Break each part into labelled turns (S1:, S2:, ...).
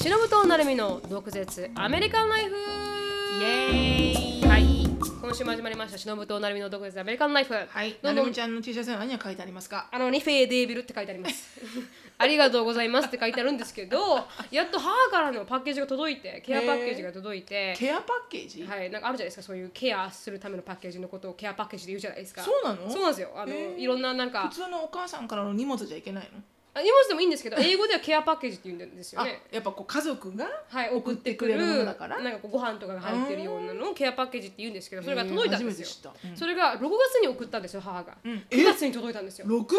S1: しのぶとなるみの毒舌アメリカンライフ
S2: イエーイ
S1: はい今週も始まりましたしのぶとなるみの毒舌アメリカンライフ
S2: はい、
S1: どう
S2: な
S1: も
S2: るみちゃんの T シャツには何が書いてありますか
S1: あのニフェーデービルって書いてあります ありがとうございますって書いてあるんですけどやっと母からのパッケージが届いてケアパッケージが届いて
S2: ケアパッケージ、
S1: はい、なんかあるじゃないですかそういうケアするためのパッケージのことをケアパッケージで言うじゃないですか
S2: そうなの
S1: そうなんですよあの、
S2: へー
S1: いろんななんか
S2: 普通のお母さんからの荷物じゃいけないの、
S1: あ荷物でもいいんですけど英語ではケアパッケージって言うんですよ
S2: あ
S1: ね
S2: やっぱこう家族が
S1: はい、送
S2: 送
S1: っ
S2: ってて
S1: く
S2: く
S1: れ
S2: れ
S1: る
S2: るものだから
S1: なんかこうご飯とかが入ってるようなのをケアパッケージって言うんですけどそれが届いたんですよ、
S2: えー初めて知った、
S1: それが6月に送ったんですよ母が、
S2: うん
S1: 9月に届いたんですよ
S2: うん、6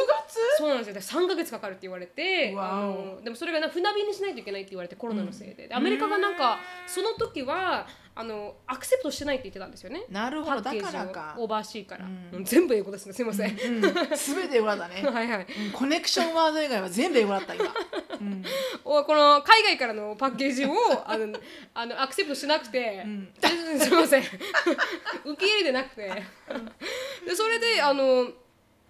S1: そうなんですよだから3ヶ月かかるって言われて
S2: わお
S1: あのでもそれがな船便にしないといけないって言われてコロナのせいででアメリカがなんかその時はあのアクセプトしてないって言ってたんですよね
S2: 月なる
S1: パ
S2: ほど
S1: ッ
S2: だ
S1: ケー
S2: か
S1: ジ
S2: らか
S1: をオーバーシーから、
S2: うん
S1: うん全部英語ですねすいません、
S2: うん、 全て裏だ ね、
S1: はいはい
S2: うんコネクションワード以外は全部裏だった今、うん
S1: おこの海外からのパッケージをあのあのアクセプトしなくて、
S2: ん
S1: ですいません受け入れてなくてでそれであの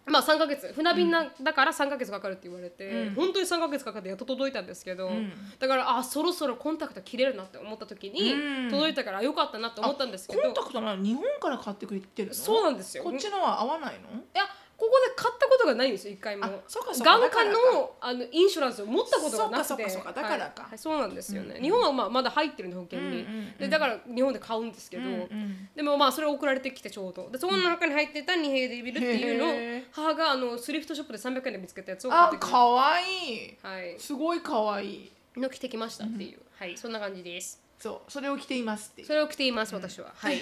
S1: まあ3ヶ月船便な、だから3ヶ月かかるって言われて、
S2: うん
S1: 本当に3ヶ月かかってやっと届いたんですけど、
S2: うん
S1: だからあそろそろコンタクト切れるなって思った時に、
S2: うん
S1: 届いたからよかったなって思ったんですけど
S2: コンタクトなの日本から買ってくれてるの
S1: そうなんですよ
S2: こっちのは合わないの
S1: いやここで買ったことがないんですよ一回も
S2: あそうかそうか
S1: 眼科
S2: だから
S1: のあのインシュランスを持ったことがな
S2: そ
S1: く
S2: うか
S1: て
S2: そうかそうかだからか
S1: はいはいそうなんですよね、
S2: うん
S1: 日本はまあまだ入ってるんで保険に、
S2: うんうんうん
S1: でだから日本で買うんですけど、
S2: うん
S1: でもまあそれ送られてきてちょうどでその中に入ってた「二平デビル」っていうの
S2: へ
S1: を
S2: ー
S1: 母があのスリフトショップで300円で見つけたやつを
S2: あ
S1: ってきて
S2: 可愛い
S1: はい、
S2: すごい可愛い
S1: の着てきましたっていう、はいそんな感じです
S2: そうそれを着ていますっていう
S1: それを着ています私は、はい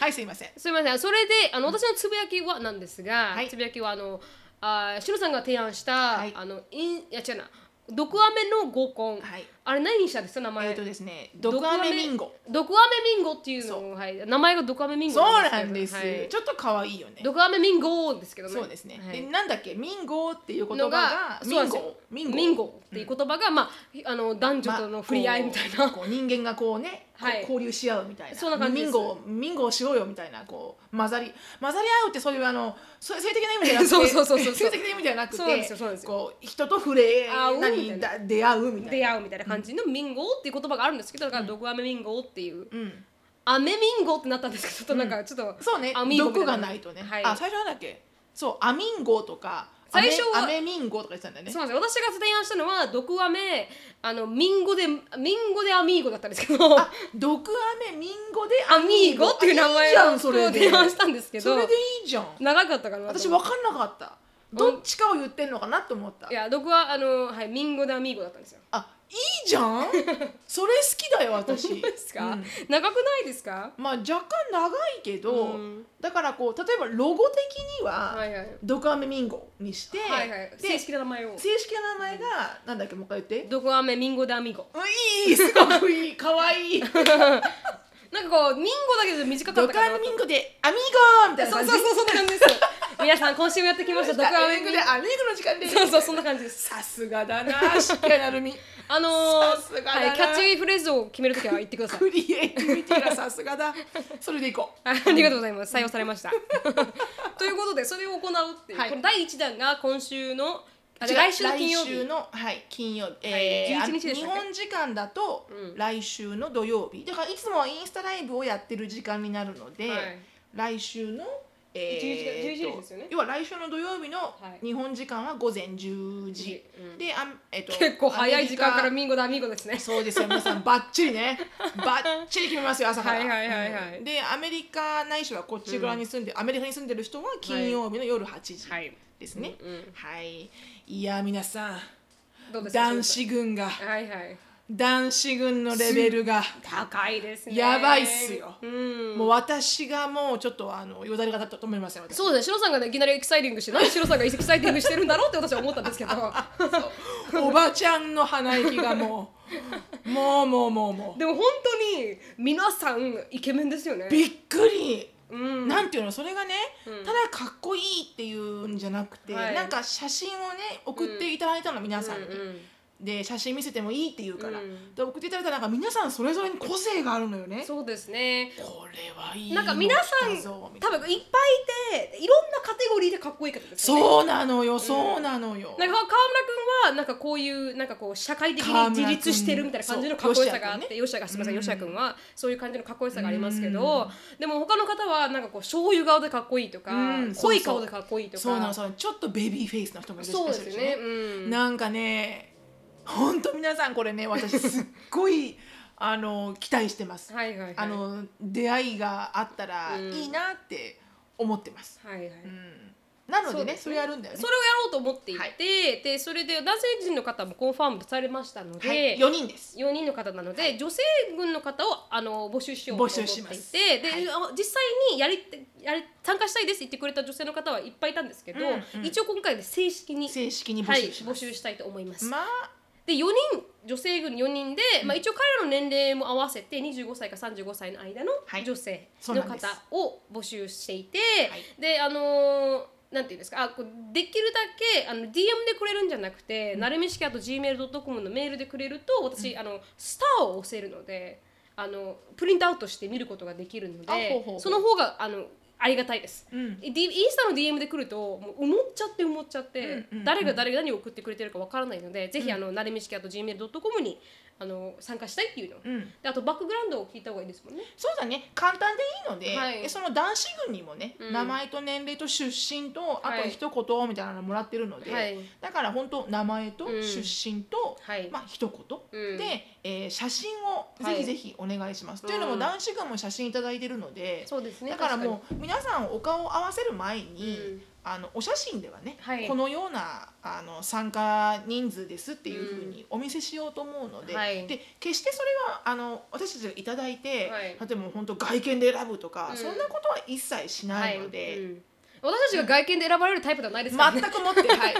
S2: はいすいません
S1: すみませんそれであの私のつぶやきはなんですが、
S2: はい
S1: つぶやきはあのあーしのさんが提案した、
S2: はい
S1: あのインいや違うな毒アメの合コン、
S2: はい
S1: あれ何にしたんですか名前、
S2: えっ、ー、とですね毒アメミンゴ
S1: 毒アメミンゴっていうの
S2: そ
S1: をはい、名前が毒アメミンゴ
S2: そうなんです、
S1: はい
S2: ちょっと可愛いよね
S1: 毒アメミンゴですけどね
S2: そうですね、
S1: はい
S2: でなんだっけミンゴっていう言葉
S1: のが
S2: が
S1: そう
S2: ミ
S1: なん
S2: ン
S1: です
S2: ゴ
S1: よミンゴっていう言葉が、まああの男女
S2: ま
S1: との触れ合いみたいな、
S2: こうこう人間がこうね、こう
S1: はい
S2: 交流し合うみたいな
S1: そんな感じです
S2: ミンゴをミンゴをしようよみたいなこう混ざり混ざり合うってそういうあのそう性的な意味じゃなくて
S1: そうそうそうそう
S2: 性的な意味じゃなくて
S1: そうなんですよそうなんですよ
S2: こう人と触れ
S1: 合うみたいな
S2: 何だ出会うみたい
S1: 出
S2: な
S1: 会うみたいな感じのミンゴっていう言葉があるんですけどだから毒アメミンゴっていう、
S2: うん
S1: アメミンゴってなったんですけどちょっとなんかちょっと、
S2: そうね
S1: アミーゴみたい
S2: 毒
S1: な
S2: がないとね、
S1: はい
S2: あ最初なんだっけそうアミンゴとか
S1: 最初は
S2: アメアメミンゴとか言ってたんだよね
S1: そうなんですよ私が提案したのは毒アメあのミンゴでミンゴでアミーゴだったんですけどア
S2: 毒アメミンゴで
S1: ミーゴっていう名
S2: あいい
S1: 前
S2: じゃ
S1: を
S2: んそれで
S1: 提案したんですけど
S2: それでいいじゃん
S1: 長かったかな
S2: 私
S1: は
S2: 分かんなかったどっちかを言ってんのかなと思った
S1: いや毒はあの、はい、ミンゴでアミーゴだったんですよ
S2: あいいじゃ んそれ好きだよ私
S1: どうですか、
S2: うん
S1: 長くないですか
S2: まあ若干長いけど、
S1: うん
S2: だからこう例えばロゴ的には、
S1: はいはい
S2: 毒アメミンゴにして、
S1: はいはい
S2: で
S1: 正式な名前を
S2: 正式な名前が、なんだっけもう一回言って
S1: 毒アメミンゴでアミーゴ
S2: ういいすごくいいかわいい毒
S1: なんかこうミンゴだけど短かったか
S2: ア
S1: な
S2: メ
S1: と
S2: ミンゴでアミーゴみたいな
S1: そう
S2: 感じ
S1: そうそうそんな感じです皆さん今週もやってきました毒
S2: 毒
S1: ア
S2: ア
S1: メ
S2: メ
S1: ミンゴ
S2: ミン
S1: で
S2: ゴでアミーゴの時間です
S1: そうそうそんな感じです
S2: さすがだなしっかりなるみ
S1: あの
S2: さすが
S1: ー
S2: だな
S1: はい、キャッチフレーズを決めるときは言ってく ださい
S2: クリエイティビティがさすがだそれでいこう
S1: ありがとうございます。採用されました。 ということで、それを行うっていう、
S2: はい
S1: この第一弾が今週の、あ
S2: 違う
S1: 来週の金曜
S2: 来週
S1: 日。
S2: のはい金曜日、えー
S1: 11日でし
S2: 日
S1: たっけ
S2: 本時間だと、
S1: うん
S2: 来週の土曜日だからいつもはインスタライブをやってる時間になるので、
S1: はい
S2: 来週のえ
S1: 11
S2: ー
S1: 時
S2: と
S1: ですよね
S2: 要は来週の土曜日の
S1: い
S2: 日本時間は午前10時、
S1: うん
S2: であんえっと
S1: 結構早い時間から
S2: アメリ
S1: ミンゴだミンゴですね
S2: カ。そうですよ皆さんバッチリねバッチリ決めますよ朝から
S1: はいはいはいはい
S2: うんでアメリカないしはこっち側に住んで、アメリカに住んでる人は金曜日の夜8時
S1: はい。
S2: ですね、
S1: うんうん
S2: はいいや皆さん
S1: どうですか。
S2: 男子軍が
S1: はいはい。
S2: 男子軍のレベルが
S1: 高いですね。
S2: やばいっすよ
S1: うん。
S2: もう私がもうちょっとあのよだれが立ったと思いますよ私
S1: そうですね。シロさんがねいきなりエキサイティングして、なんでシロさんがエキサイティングしてるんだろうって私は思ったんです けど。
S2: おばちゃんの鼻息がも うもうもうもうも
S1: でも本当に皆さんイケメンですよね
S2: う。びっくり
S1: うん。
S2: なんていうのそれがね、ただかっこいいっていうんじゃなくて、
S1: はい
S2: なんか写真をね送っていただいたの皆さんに、
S1: うんうん
S2: で写真見せてもいいって言うから、
S1: うん
S2: で送っていただいたらなんか皆さんそれぞれに個性があるのよね
S1: そうですね
S2: これはいい
S1: なんか皆さん
S2: の来たぞみた
S1: 多
S2: いな
S1: 分いっぱいいていろんなカテゴリーでかっこいい方ですよね
S2: そうなのよそうなのよ、
S1: なんか川村君はなんかこういうなんかこう社会的に自立してるみたいな感じのかっこよさがあって吉がすみません吉君はそういう感じのかっこよさがありますけどでも他の方はなんかこう醤油顔でかっこいいとか
S2: うん
S1: 濃い顔でかっこいいとか
S2: そうなのそうなのちょっとベビーフェイスの人もいるし
S1: そうですよねうん
S2: なんかね本当皆さんこれね私すっごい あの期待してます、
S1: はいはいはい
S2: あ
S1: は
S2: の出会いがあったら
S1: うん
S2: いいなって思ってます、
S1: いはい
S2: うんなので
S1: そう
S2: ね
S1: ですね
S2: それやるんだよね
S1: それをやろうと思っていて、
S2: はい
S1: でそれで男性陣の方もコンファームされましたので、
S2: はい、4人です
S1: 4人の方なので、女性軍の方をあの募集しようと思ってい
S2: 募集します
S1: てで、
S2: はい
S1: あ実際にやりやり参加したいですって言ってくれた女性の方はいっぱいいたんですけど、
S2: うんうん
S1: 一応今回で正式に
S2: 正式に募
S1: はい、
S2: 集しま
S1: 募
S2: す、
S1: 集したいと思います。
S2: まあ
S1: で4人女性軍4人で、まあ、一応彼らの年齢も合わせて25歳か35歳の間の
S2: はい
S1: 女性
S2: そう
S1: の
S2: なんで
S1: 方
S2: す
S1: を募集していて、
S2: はい
S1: であのーなんていうんですかあこうできるだけあの DM でくれるんじゃなくて、なるみしきあと gmail.com のメールでくれると私、あのスターを押せるのであのプリントアウトして見ることができるので
S2: あほうほうほう
S1: その方があのありがたいです。
S2: うん
S1: え D- インスタの DM で来るともう埋もっちゃって埋もっちゃって、
S2: うんうんうん
S1: 誰が誰が何を送ってくれてるかわからないので、ぜひあのなれみしきあと gmail.com にあの参加したいっていうの、
S2: うん
S1: であとバックグラウンドを聞いた方がいいですもんね
S2: そうだね簡単でいいので、
S1: はい
S2: えその男子軍にもね、
S1: うん
S2: 名前と年齢と出身とあ
S1: は
S2: と
S1: い
S2: 一言みたいなのもらってるので、
S1: はい
S2: だから本当名前と
S1: うん
S2: 出身と、
S1: はい、
S2: まあ一言
S1: うん
S2: で、えー写真をぜひぜひお願いします。
S1: はい
S2: というの
S1: うん
S2: も男子軍も写真いただいてるので、
S1: そうですね
S2: だからもう皆さんお顔を合わせる前に、
S1: うん
S2: あのお写真ではね、
S1: はい
S2: このようなあの参加人数ですっていうふうにお見せしようと思うので,、
S1: はい
S2: で決してそれはあの私たちがいただいて、
S1: はい
S2: 例えば本当外見で選ぶとか、
S1: うん
S2: そんなことは一切し
S1: 確かに
S2: ないので。
S1: はいうん私たちが外見で選ばれるタイプではないですからね、
S2: 全くもって、 はい、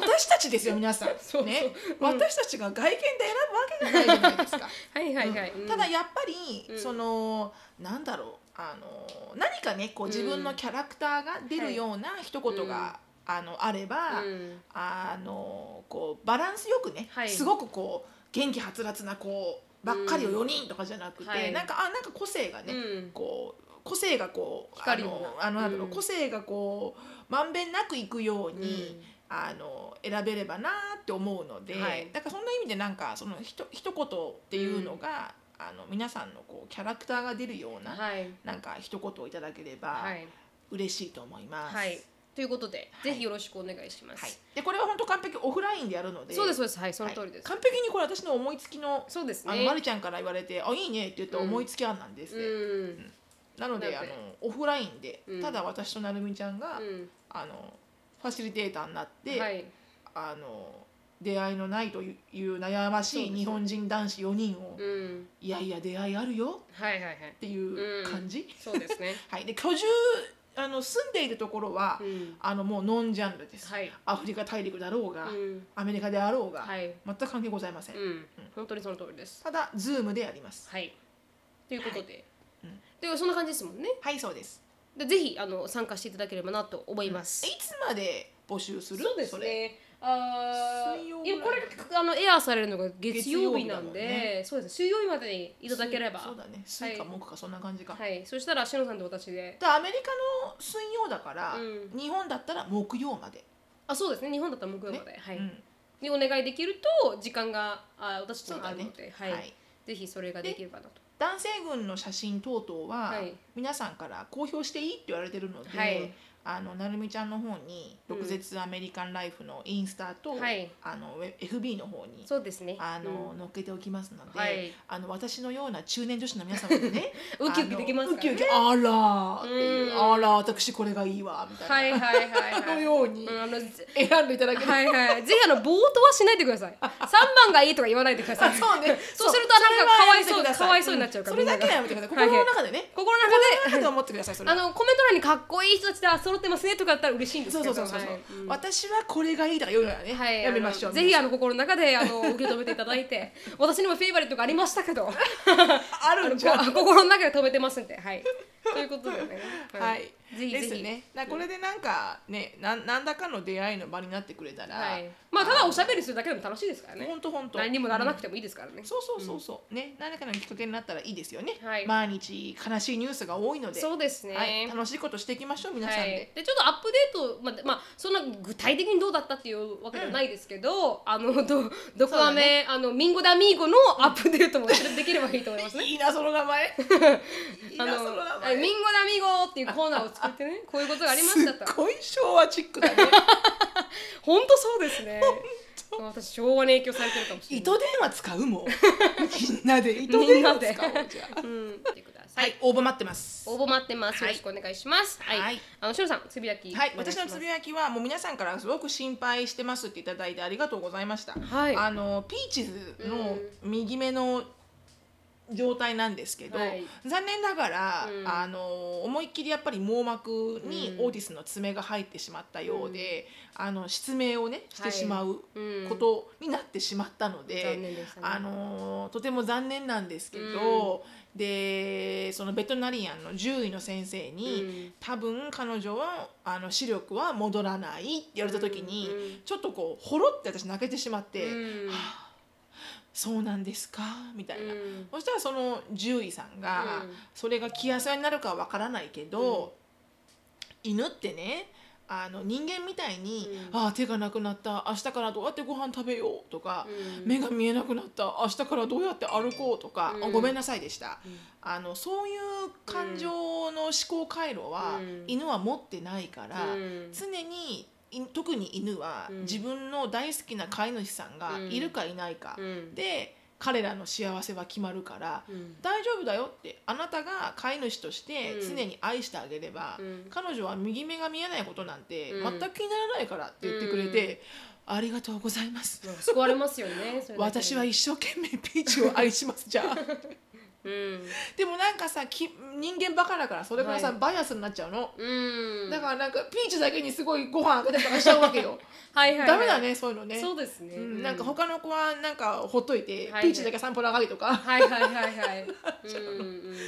S2: 私たちですよ皆さん
S1: そうそう
S2: ね
S1: うん
S2: 私たちが外見で選ぶわけがないじゃないですか
S1: はいはいはい、
S2: う
S1: うんん
S2: ただやっぱり、
S1: うん
S2: そのなんだろうあの何かねこう自分のキャラクターが出るような一言が、あのあれば、
S1: うん
S2: あのこうバランスよくね、
S1: はい
S2: すごくこう元気はつらつな子ばっかりを
S1: うん
S2: 4人とかじゃなくて、
S1: はい
S2: なんかあなんか個性がね、
S1: うん
S2: こう個性がこうあ
S1: 光るよ
S2: の
S1: うな
S2: あのなんだろう、
S1: うん
S2: 個性がこうまんべんなくいくよう
S1: うん
S2: に、あの選べればなって思うので、
S1: はい
S2: だからそんな意味でなんかそのひと一言っていうのが、あの皆さんのこうキャラクターが出るような、
S1: はい
S2: なんか一言をいただければ
S1: はい、
S2: 嬉しいと思います。
S1: はい、ということで、
S2: はい
S1: ぜひよろしくお願いします、
S2: はいでこれは本当完璧オフラインでやるので
S1: そうですそうですはいその
S2: はい
S1: 通りです、
S2: 完璧にこれ私の思いつきの
S1: そうです
S2: あ
S1: ね
S2: のまりちゃんから言われて「あいいね」って言った思いつき案なんです、
S1: うん
S2: なので
S1: な
S2: あ
S1: の
S2: の
S1: で
S2: オフラインで、
S1: うん
S2: ただ私となるみちゃんが、
S1: うん
S2: あのファシリテーターになって、
S1: はい、
S2: あの出会いのないといういう悩ま
S1: そうで
S2: しい
S1: す
S2: 日本人男子4人を、
S1: うん、
S2: いやいや出会いあるよ
S1: はいはいはい
S2: っていう感じ、
S1: そうですね、
S2: はい、で居住あの住んでいるところは、
S1: うん、
S2: あのもうノンジャンルです、
S1: はい、
S2: アフリカ大陸だろう
S1: う
S2: が、
S1: ん、
S2: アメリカであろうが、
S1: はい、
S2: 全く関係ございません、
S1: うん、本当にその通りです
S2: ただ Zoom でやります
S1: はいということで、
S2: はいうん
S1: でそんな感じですもんね
S2: はいそうです
S1: でぜひあの参加していただければなと思います、
S2: いつまで募集する
S1: そうです
S2: それ
S1: ねあー
S2: 水曜
S1: いや
S2: ぐ
S1: こ
S2: らい
S1: れあのエアーされるのが月曜日なんで、
S2: 月曜日だもん
S1: そうです水曜日までにいただければ
S2: そうだね水か木かそんな感じか、
S1: はいそしたらしのさんと私で
S2: でアメリカの水曜だから、
S1: う
S2: 日本だったら木曜まで、
S1: あそうですね日本だったら木曜まで、はい、
S2: うん
S1: にお願いできると時間があ私たちにあるので、はい
S2: はい
S1: ぜひそれができればなと
S2: 男性群の写真等々は、
S1: はい
S2: 皆さんから公表していいって言われてるので、
S1: はい
S2: あのなるみちゃんの方に「
S1: うん
S2: 毒舌アメリカンライフ」のインスタと、
S1: はい
S2: あのウェ FB の方に
S1: そうですね
S2: あの、
S1: う
S2: 載っけておきますので、
S1: はい
S2: あの私のような中年女子の皆様でね
S1: ん ウキウキできます
S2: あのウ
S1: か
S2: キ
S1: ら
S2: ウ
S1: ね
S2: キあらーっていう
S1: うん
S2: あらー私これがいいわみたいな、
S1: はいはいはい
S2: の
S1: はい
S2: ように
S1: うんあのぜ
S2: 選んでいただける、
S1: はいはいぜひあの冒頭はしないでください三番がいいとか言わないでくだ さい
S2: そうね
S1: そうするとなんかかわいそう
S2: れはやめてくださ
S1: かわいそうになっちゃうから
S2: んそれだけはやめてください心の中でね、
S1: 心の
S2: 心の
S1: 中
S2: 中
S1: で
S2: で思ってくださいそれ
S1: あ
S2: は
S1: のコメント欄にかっこいい人たちだ揃ってますねとかだったら嬉しいんです
S2: そう
S1: け
S2: そ
S1: ど
S2: うそうそう、
S1: はいうん
S2: 私はこれがいいだから言うのはね、
S1: はい、
S2: やめましょ
S1: あ
S2: う
S1: のぜひあの心の中であの受け止めていただい て私にもフェイバリットがありましたけど
S2: あるん じゃん
S1: あのこ心の中で止めてますんではいということでね
S2: はい、
S1: ぜひぜ
S2: で
S1: ひ
S2: すねなこれでなんかねなん何らかの出会いの場になってくれたら、
S1: はい、まあただおしゃべりするだけでも楽しいですからね
S2: 本当本当
S1: 何にもならなくてもいいですからね、
S2: そうそうそうそう、ね何らかのきっかけになったらいいですよね、
S1: はい
S2: 毎日悲しいニュースが多いので
S1: そうですね、
S2: はい、楽しいことしていきましょう皆
S1: は
S2: さんで、
S1: い、でちょっとアップデート、まあでまあ、そんな具体的にどうだったっていうわけじゃないですけど、あのどどこ
S2: そうだ
S1: は
S2: ね
S1: ねあのミンゴダミーゴのアップデートもできればいいと思いますね。
S2: いいなその 名前いい
S1: あ
S2: な
S1: の
S2: その名
S1: あミ
S2: 前
S1: ンゴダミゴっていうコーナーを作って ねこういうことがありましたと
S2: すっごい昭和チッ クだね
S1: 本当そうですね私昭和に影響されてるかもし れない
S2: 糸電話使う もんみんなで糸電話使おう
S1: みんな
S2: じゃあ
S1: うん見てください、
S2: はい応募待ってます
S1: 応募待ってます、
S2: は
S1: よ
S2: い
S1: ろしくお願いしますはい、
S2: はい
S1: あのしろさんつぶやき
S2: はい
S1: お願し
S2: 私
S1: ま
S2: の
S1: す
S2: つぶやきはもう皆さんからすごく心配してますっていただいてありがとうございました、
S1: はい
S2: あのピーチズの右目の状態なんですけど、
S1: はい
S2: 残念ながら、
S1: うん
S2: あの思いっきりやっぱり網膜に
S1: うん
S2: オーティスの爪が入ってしまったようで、あの失明をねしてしまう
S1: うん
S2: ことになってしまったので、
S1: 残念でしたね
S2: あのーとても残念なんですけど、でそのベトナリアンの獣医の先生に、
S1: うん
S2: 多分彼女はあの視力は戻らないって言われた時に、
S1: うんうん
S2: ちょっとこうほろって私泣けてしまって、
S1: うん
S2: はあそうなんですかみたいな、
S1: うん
S2: そしたらその獣医さんが、
S1: うん
S2: それが気やさになるかはわからないけど、犬ってねあの人間みたいに「
S1: うん
S2: ああ手がなくなった明日からどうやってご飯食べよう」とか、
S1: うん
S2: 目が見えなくなった明日からどうやって歩こう」とか、あ
S1: うん
S2: ごめんなさいでした、
S1: うん
S2: あのそういう感情の思考回路は、
S1: うん
S2: 犬は持ってないから、
S1: うん
S2: 常にい特に犬は、
S1: うん
S2: 自分の大好きな飼い主さんが
S1: うん
S2: いるかいないか、
S1: うん
S2: で彼らの幸せは決まるから、
S1: うん
S2: 大丈夫だよってあなたが飼い主として
S1: うん
S2: 常に愛してあげれば、
S1: うん
S2: 彼女は右目が見えないことなんて
S1: うん
S2: 全く気にならないからって言ってくれて、ありがとうございます
S1: なんか救われますよねそれだけで
S2: 私は一生懸命ピーチを愛しますじゃあ
S1: うん
S2: でもなんかさき人間バカだからそれからさ、
S1: はい
S2: バイアスになっちゃうの、
S1: うん
S2: だからなんかピーチだけにすごいご飯あげたりとかしちゃうわけよ
S1: はいはいはい
S2: ダメだねそういうのね
S1: そうですね
S2: うんなんか他の子はなんかほっといて、
S1: はい
S2: ピーチだけ散歩長いとか
S1: はいはいはい はい。うんう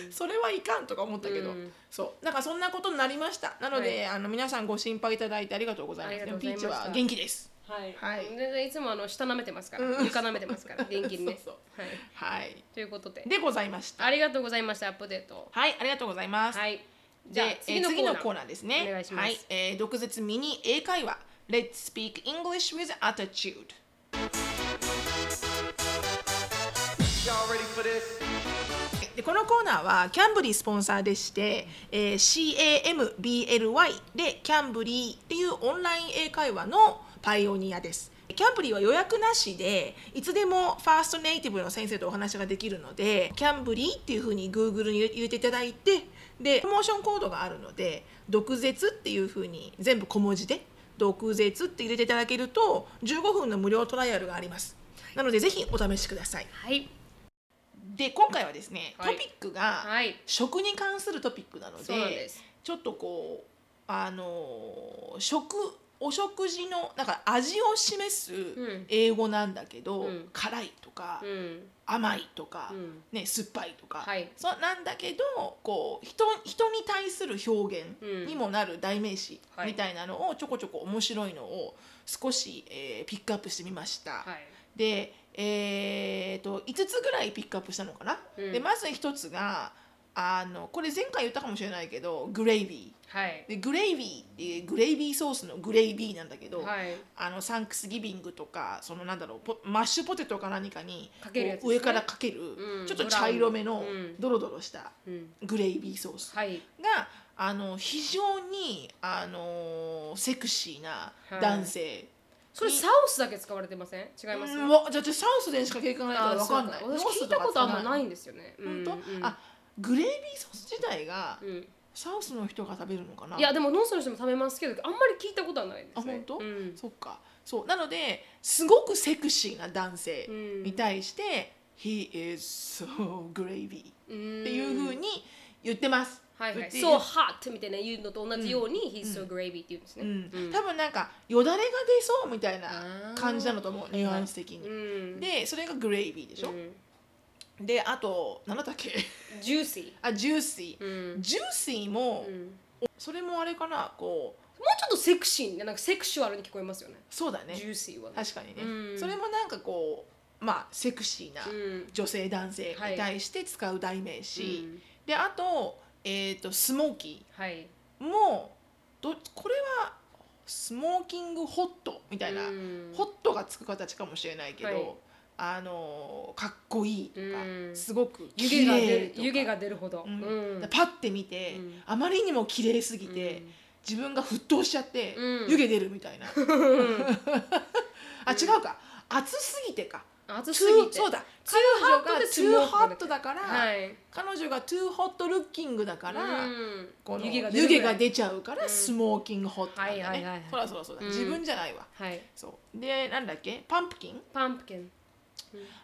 S1: ん
S2: それはいかんとか思ったけど、
S1: うん
S2: そうなんかそんなことになりましたなので、あの皆さんご心配いただいてありがとうございます
S1: あり
S2: で
S1: がと
S2: も
S1: うご
S2: ピ
S1: ざい
S2: ー
S1: まし
S2: チ
S1: た
S2: は元気です
S1: はい。
S2: はい
S1: 全然いつもあの下舐めてますから、
S2: うん
S1: 床舐めてますから、元気にね。
S2: そう
S1: はい。
S2: はい
S1: ということで、
S2: でございました
S1: ありがとうございましたアップデート。
S2: はいありがとうございます、
S1: はい。じ
S2: で
S1: ゃあ
S2: えー
S1: 次のコ
S2: 次
S1: ーナ
S2: の
S1: ー。
S2: コーナーですね
S1: お願いします
S2: はい、えー、毒舌ミニ英会話 Let's speak English with attitude
S3: Y'all ready for this?
S2: でこのコーナーはキャンブリースポンサーでして、えー CAMBLY でキャンブリーっていうオンライン英会話のパイオニアです。キャンブリーは予約なしでいつでもファーストネイティブの先生とお話ができるのでキャンブリーっていうふうに Google に入れていただいてでプロモーションコードがあるので毒舌っていうふうに全部小文字で毒舌って入れていただけると15分の無料トライアルがあります。なのでぜひお試しください。
S1: はい。
S2: で今回はですね、
S1: はい
S2: トピックが、
S1: はい。
S2: 食に関するトピックなので
S1: そうなんです。
S2: ちょっとこうあのー食お食事のなんか味を示す
S1: ん
S2: 英語なんだけど、
S1: うん
S2: 辛いとか、
S1: うん。
S2: 甘いとか、
S1: うん
S2: ね、酸っぱいとか、
S1: はい
S2: そうなんだけどこう人人に対する表
S1: うん
S2: 現にもなる代名詞
S1: はい
S2: みたいなのをちょこちょこ面白いのを少し、えーピックアップしてみました。
S1: はい。
S2: で、えー、と5つぐらいピックアップしたのかな、
S1: うん
S2: でまず1つがあのこれ前回言ったかもしれないけどグレイビ
S1: はい
S2: ー。でグレイビーってグレイビーソースのグレイビーなんだけど、
S1: はい。
S2: あのサンクスギビングとかそのなんだろうポマッシュポテトか何かに
S1: かけるやつです
S2: こ
S1: ね
S2: う上からかける、
S1: うん
S2: ちょっと茶色めの
S1: ブラウンうん
S2: ドロドロした
S1: うん。
S2: グレイビーソース
S1: はい。
S2: があの非常にあのセクシーな男性。
S1: それ
S2: に
S1: サウスだけ使われてません？違います？
S2: うんわだってサウスでしか経験がないからわかんない
S1: あそう私聞いたことあんまないんですよね。
S2: 本当、
S1: うんうん
S2: あグレービーソース自体が
S1: うん。
S2: サウスの人が食べるのかない
S1: やでもノースの人も食べますけどあんまり聞いたことはないですね
S2: あ本当
S1: うん
S2: そっかそうなのですごくセクシーな男性
S1: うん
S2: に対して「He is so gravy」
S1: う
S2: っ
S1: ん
S2: ていうふうに言ってます、
S1: はいは
S2: う
S1: い、
S2: ち
S1: so hot みたいな言うのと同じように、he's so gravy って言うんです
S2: う
S1: ね。
S2: ん
S1: うん
S2: 多分なんかよだれが出そうみたい
S1: あ
S2: な
S1: ー
S2: 感じなのと思うニュアンス的に、
S1: うん、
S2: でそれがグレイビーでしょ、であと何だったっけ
S1: ジューシ
S2: あジューシ
S1: ー。うん
S2: ー、ジューシーも、
S1: うんもう
S2: それもあれかなこう
S1: ちょっとセクシーななんかセクシュアルに聞こえますよね。
S2: そうだね
S1: ジューシーは、ね。
S2: 確かにね、
S1: うん
S2: それもなんかこうまあセクシーな
S1: うん
S2: 女性男性に対して使う代名詞、
S1: うん
S2: であと,、えー、とスモーキ
S1: はい。
S2: ーもどこれはスモーキングホットみたいな、
S1: うん
S2: ホットがつく形かもしれないけど、
S1: はい
S2: あのーかっこいいとか、
S1: うん
S2: すごく
S1: 湯
S2: 綺
S1: 気が出
S2: 麗
S1: る
S2: とか
S1: 湯気が出るほど。
S2: うん
S1: うん
S2: だからパッて見て、
S1: うん
S2: あまりにも綺麗すぎて、
S1: うん
S2: 自分が沸騰しちゃって、
S1: うん
S2: 湯気出るみたい なあ違うか熱すぎてか
S1: 熱すぎ
S2: トゥー
S1: て。
S2: そうだ
S1: トゥーハット
S2: 彼女が
S1: で
S2: トゥーハット
S1: だ
S2: だから、
S1: はい。
S2: 彼女がトゥーホットルッキングだから、
S1: うん
S2: この
S1: 湯気が出
S2: 湯
S1: るぐらい
S2: 気が出ちゃうから、
S1: うん
S2: スモーキングホットなんだね、
S1: はいはいはいはい
S2: そらそらそう
S1: う
S2: だ、
S1: ん
S2: 自分じゃないわ
S1: はい。
S2: そうでなんだっけパンプキン
S1: パンプキン。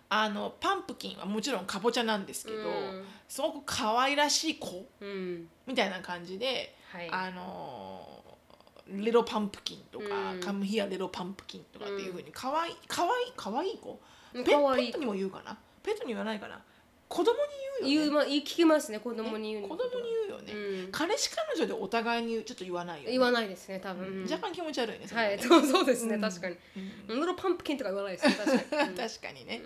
S2: あのパンプキンはもちろんかぼちゃなんですけど、
S1: うん
S2: すごく可愛らしい子
S1: うん。
S2: みたいな感じで、
S1: はい。
S2: あのーレロパンプキンとか、
S1: うん
S2: カムヒアレロパンプキンとかっていうふうに可愛い可愛い可愛い子
S1: うん
S2: ペペ
S1: 可愛
S2: ッ
S1: い
S2: トにも言うかなペットに言わないかな子供に言うよね
S1: 言うま聞きますね子供に言う
S2: 子
S1: の
S2: 供に言うよね、
S1: うん
S2: 彼氏彼女でお互いに言うちょっと言わないよね
S1: 言わないですね多分、うん
S2: 若干気持ち悪いねそれ
S1: はい
S2: ね
S1: そうそうですね、
S2: うん
S1: 確かに
S2: うん
S1: ノロパンプキンとか言わないですね 確かに、うん
S2: 確かにね、
S1: ん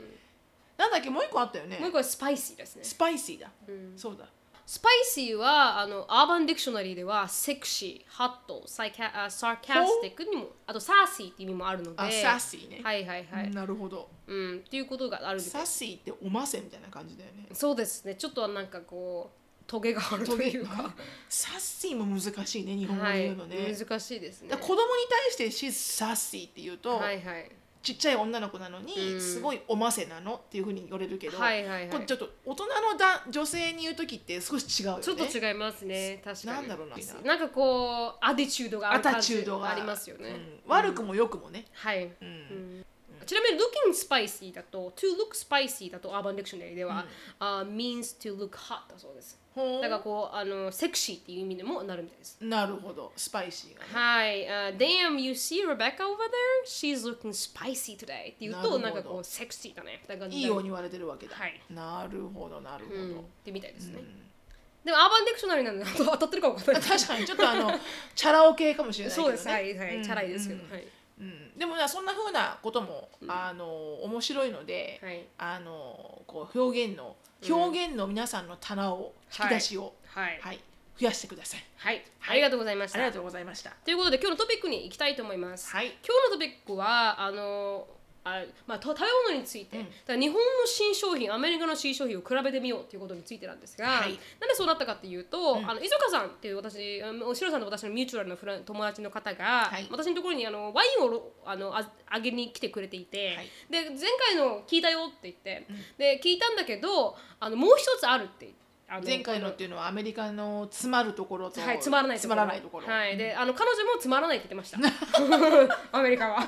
S2: なんだっけもう一個あったよね
S1: もう一個はスパイシーですね
S2: スパイシーだ、
S1: うん
S2: そうだ
S1: スパイシーはあのアーバンディクショナリーではセクシーハットサイカあサーキャスティックにもあとサーシーって意味もあるので
S2: あ、サッシーね、
S1: はいはいはい、
S2: なるほど
S1: うん、っていうことがあるみ
S2: サ
S1: たい
S2: ッシーっておませみたいな感じだよね
S1: そうですねちょっとはなんかこうトゲがあるというか
S2: サッシーも難しいね日本語で
S1: はい
S2: 言うのね、だか
S1: 難しいですね
S2: ら子供に対して「シサッシー」って言うと、
S1: はいはい
S2: ちっちゃい女の子なのに、
S1: うん
S2: すごいおませなのっていうふうに言われるけど、
S1: はいはい
S2: こ
S1: は
S2: れ
S1: い
S2: ちょっと大人のだ女性に言う時って少し違うよね
S1: ちょっと違いますね確かに
S2: なんだろうな
S1: なんかこうアディチュードがあ
S2: ア
S1: る感
S2: タ
S1: じ
S2: チュードが
S1: ありますよね、
S2: うん悪くも良くもね、
S1: はい、
S2: うん
S1: うんちなみに looking spicy だと to look spicy だと Urban Dictionary では、あ means to look hot だそうです
S2: ほう
S1: だからこうあのセクシーっていう意味でもなるみたいです
S2: なるほどスパイシーがね、
S1: はい、あ Damn, you see Rebecca over there? She's looking spicy today って言うとな
S2: なるほど
S1: んかこうセクシーだねみたいな感じ
S2: い
S1: で
S2: いように言われてるわけだ、
S1: はい
S2: なるほどなるほど、
S1: うん、ってみたいですね、でも Urban Dictionary なんであと当たってるかわかんない
S2: 確かにちょっとあのチャラ男系かもしれないけ
S1: そ
S2: ど、
S1: う
S2: ね、
S1: ですはいはい、
S2: うん
S1: チャラいですけど、
S2: うん
S1: はい
S2: うんでもなそんな風なことも、あの面白いので、
S1: はい
S2: あのこう表現の表現の皆さんの棚を引き出しを、
S1: はい、
S2: はい増やしてください
S1: はい、ありがとうございまし
S2: あ
S1: た
S2: りがとうございました
S1: ということで今日のトピックに行きたいと思います。
S2: はい
S1: 今日のトピックはあのあまあ、と食べ物について、
S2: うん
S1: だから日本の新商品アメリカの新商品を比べてみようということについてなんですが、
S2: はい
S1: なんでそうなったかっていうと、あの磯香さんっていう私あのおしろさんと私のミューチュアルのフラン友達の方が、
S2: はい
S1: 私のところにあのワインをろあのああげに来てくれていて、
S2: はい
S1: で前回の聞いたよって言って、で聞いたんだけどあのもう一つあるってあの
S2: 前回のっていうのはアメリカの詰まるところと、
S1: はい、つまらない
S2: つまらないところ、
S1: はい、であの彼女もつまらないって言 ってました アメリカは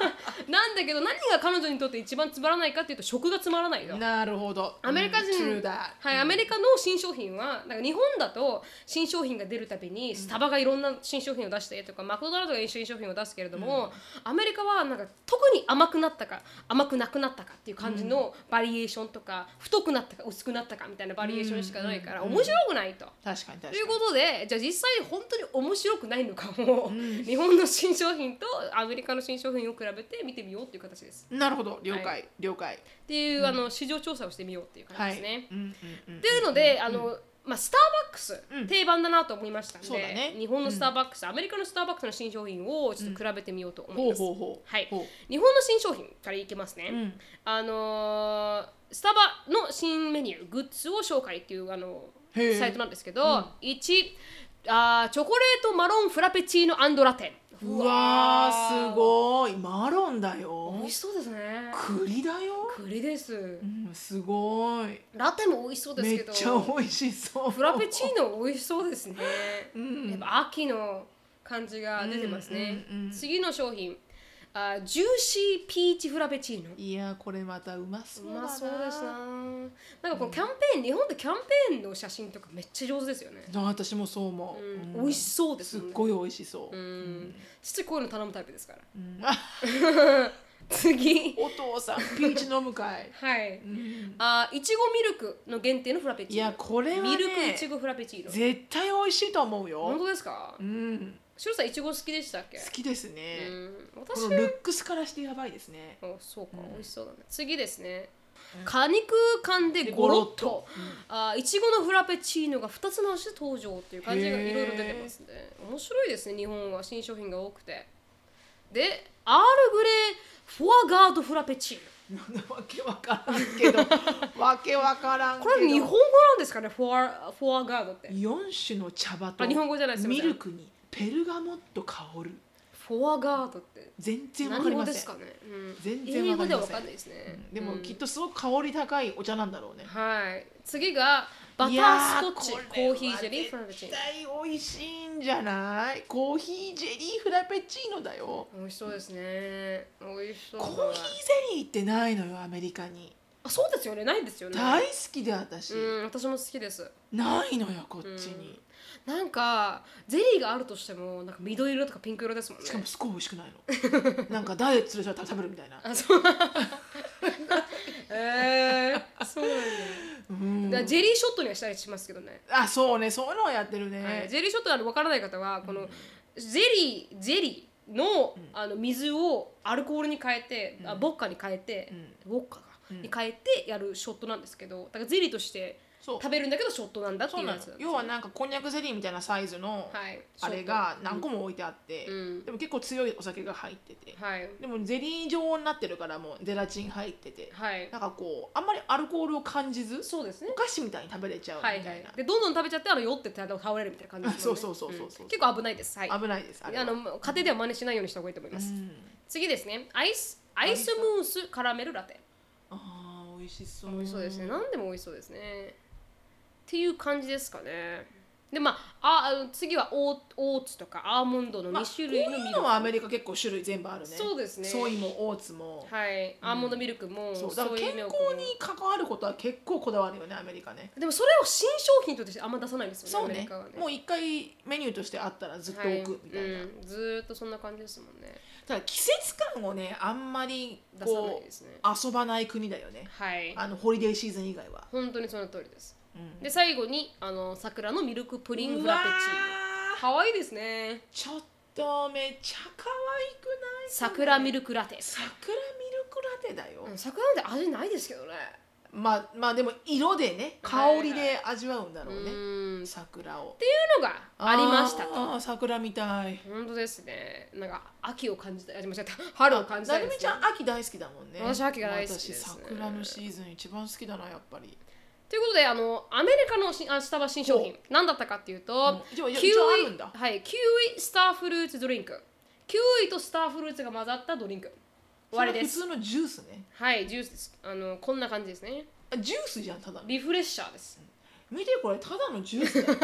S1: なんだけど何が彼女にとって一番つまらないかっていうと食がつまらないよ
S2: なるほど
S1: アメリカ人、
S2: うん true that
S1: はい、アメリカの新商品はなんか日本だと新商品が出るたびにスタバがいろんな新商品を出してとか、マクドナルドが新商品を出すけれども、アメリカはなんか特に甘くなったか甘くなくなったかっていう感じのバリエーションとか、太くなったか薄くなったかみたいなバリエーションしかないから、面白くないと。
S2: 確かに確か
S1: と
S2: に
S1: いうことでじゃあ実際本当に面白くないのかも、日本の新商品とアメリカの新商品を比べて見てみようっていう形です。
S2: なるほど了解、
S1: は
S2: 了解
S1: っていう、あの市場調査をしてみようっていう感
S2: はい
S1: じですね。
S2: うんうんうん
S1: っていうので、あのまあ、スターバックス、
S2: うん
S1: 定番だなと思いましたんで
S2: そうだね
S1: 日本のスターバックス、アメリカのスターバックスの新商品をちょっと比べてみようと思い
S2: ほう
S1: ます。
S2: ほうほう
S1: はい
S2: ほう、
S1: 日本の新商品からいきますね、
S2: うん
S1: あのースタバの新メニューグッズを紹介っていうあの
S2: へえ
S1: サイトなんですけど、1あーチョコレートマロンフラペチーノラテ
S2: うわーす
S1: い
S2: ごいマロンだよ
S1: 美味しそうですね
S2: 栗だよ、
S1: 栗です
S2: うん、すごい
S1: ラテも美味しそうです
S2: め
S1: け
S2: っ
S1: ど
S2: ちゃ美味しそう
S1: フラペチーノ美味しそうですね、
S2: ん
S1: やっぱ秋の感じが出てますね、
S2: うんうんうん
S1: 次の商品あジューシーピーチフラペチーノ
S2: いやーこれまたうまそううだな
S1: まそうですななんかこのキャンペーン、日本でキャンペーンの写真とかめっちゃ上手ですよね、
S2: な私もそう思う、
S1: うん
S2: うん
S1: 美味しそうです
S2: す
S1: も
S2: っ
S1: んね
S2: ごい美味しそう、
S1: うん父こういうの頼むタイプですから
S2: うんあ
S1: 次
S2: お父さんピーチ飲むかい、
S1: はい
S2: うん
S1: あいちごミルクの限定のフラペチ
S2: い
S1: ーノ
S2: やこれはね
S1: ミルクいちごフラペチーノ
S2: 絶対美味しいと思う
S1: 本
S2: よ、
S1: 当ですか
S2: うん、
S1: シロさんいちご好きでしたっけ
S2: 好きです
S1: う
S2: ね、
S1: ん
S2: こ
S1: 私
S2: のルックスからしてやばいですね
S1: あそうか、
S2: うん
S1: 美味しそうだね次ですね
S2: うん
S1: 果肉缶でゴロッ
S2: ゴロ
S1: とあいちごのフラペチーノが2つの味で登場っていう感じが
S2: へー
S1: いろいろ出てますね面白いですね日本は新商品が多くてでアールグレーフォアガードフラペチー
S2: わけわからんけどわけわからん
S1: ノ
S2: け
S1: こ
S2: ど
S1: れ日本語なんですかねフォアフォアガードって
S2: 4種の茶葉と
S1: あ日本語じゃないすいま
S2: ミ
S1: せん
S2: ルクにペルガモット香る
S1: フォアガードって
S2: 全然わか
S1: 何
S2: り
S1: 語
S2: ま
S1: で
S2: せん
S1: すかね、うん、
S2: 全然わかりません
S1: 英語ではわかんないですね、
S2: うんでも
S1: うん
S2: きっとすごく香り高いお茶なんだろうね、
S1: はい次がバタ
S2: い
S1: ー
S2: や
S1: スコッチコーヒージェリーフラペチーノ
S2: 絶対美味しいんじゃないコーヒージェリーフラペチーノだよ
S1: 美味しそうですね。美味しそう
S2: コ
S1: だ
S2: ー
S1: わ。
S2: ヒーゼリーってないのよアメリカに
S1: あ、そうですよね。ないですよね。
S2: 大好きで私、
S1: うん、私も好きです。
S2: ないのよこっちに、
S1: なんかゼリーがあるとしても、なんか緑色とかピンク色ですもんね。
S2: しかもすごい美味しくないのなんかダイエットする人は食べるみたいな、
S1: あ、そう。えー、そうなんだ。
S2: うん
S1: だからジェリーショットにはしたりしますけどね。
S2: あそうねそういうのをやってるね、
S1: はい、ジェリーショットあのわからない方はこのゼリーゼリーのあの水をアルコールに変えて、あボッカに変えて、ボッカか
S2: うん
S1: に変えてやるショットなんですけど、だからゼリーとして
S2: そう
S1: 食べるんだけどショットなんだって
S2: そ
S1: いうう
S2: な
S1: や
S2: の
S1: つなんですよ
S2: 要はなんかこんにゃくゼリーみたいなサイズの
S1: はい、
S2: あれが何個も置いてあって、
S1: うん
S2: でも結構強いお酒が入ってて、
S1: はい
S2: でもゼリー状になってるからもうゼラチン入ってて、
S1: はい
S2: なんかこうあんまりアルコールを感じず
S1: そうですね
S2: お菓子みたいに食べれちゃうみ
S1: は
S2: た
S1: い
S2: い
S1: は
S2: な、
S1: いでどんどん食べちゃってあの酔って倒れるみたいな感じですもんね
S2: あ そうそうそうそうそうん
S1: 結構危ないですはいあ
S2: 危ないですあれは
S1: の家庭では真似しないようにした方がいいと思います、
S2: うん
S1: 次ですねアイスアイスムースカラメルラテ
S2: あー美味しそう
S1: 美味しそうですね何でも美味しそうですねっていう感じですかねでまあああの次はオーオーツとかアーモンドの
S2: まあ、
S1: 2種類の
S2: こう
S1: ミ
S2: いう
S1: ルク、
S2: のはアメリカ結構種類全部あるね
S1: そうですね
S2: ソイもオーツも、
S1: はいアーモンドミルクも、
S2: そうだ
S1: ソ
S2: から
S1: イ
S2: 健
S1: ミル
S2: 康
S1: クも
S2: に関わることは結構こだわるよねアメリカね
S1: でもそれを新商品としてあんま出さないんですよね
S2: そう
S1: アメリ
S2: ね
S1: カはね
S2: もう一回メニューとしてあったらずっと置くみたいな、
S1: はいうん、ずーっとそんな感じですもんね
S2: ただ季節感をねあんまり
S1: 出さない
S2: こ
S1: ですね
S2: う遊ばない国だよね
S1: はい
S2: あのホリデーシーズン以外は、
S1: 本当にその通りです
S2: うん
S1: で最後にあの桜のミルクプリンフラペチー
S2: うわ
S1: ノかわいいですね
S2: ーちょっとめちゃ可愛くない
S1: 桜ミルクラテ
S2: 桜ミルクラテだよ、
S1: うん桜なんて味ないですけどね
S2: まあまあでも色でね
S1: はい
S2: 香りで味わうんだろうね、
S1: うんって
S2: 桜を
S1: いうのがありましたと
S2: あー桜みたい
S1: 本当ですねなんか秋を感じたいあ間違えた春を感じた
S2: ないる
S1: で
S2: み
S1: す
S2: ちゃん秋大好きだもんね
S1: 私秋が大好きです
S2: 私桜のシーズン一番好きだなやっぱり
S1: ということであのアメリカのしあ下は新商品何だったかっていうと、
S2: うん一応
S1: キウ
S2: 一応あるん
S1: イ
S2: だ
S1: はいキウイスターフルーツドリンクキウイとスターフルーツが混ざったドリンク終わりです
S2: それは普通のジュースね
S1: はいジュースですあのこんな感じですね
S2: あジュースじゃんただの
S1: リフレッシャーです
S2: 見てこれただのジュー スだよ、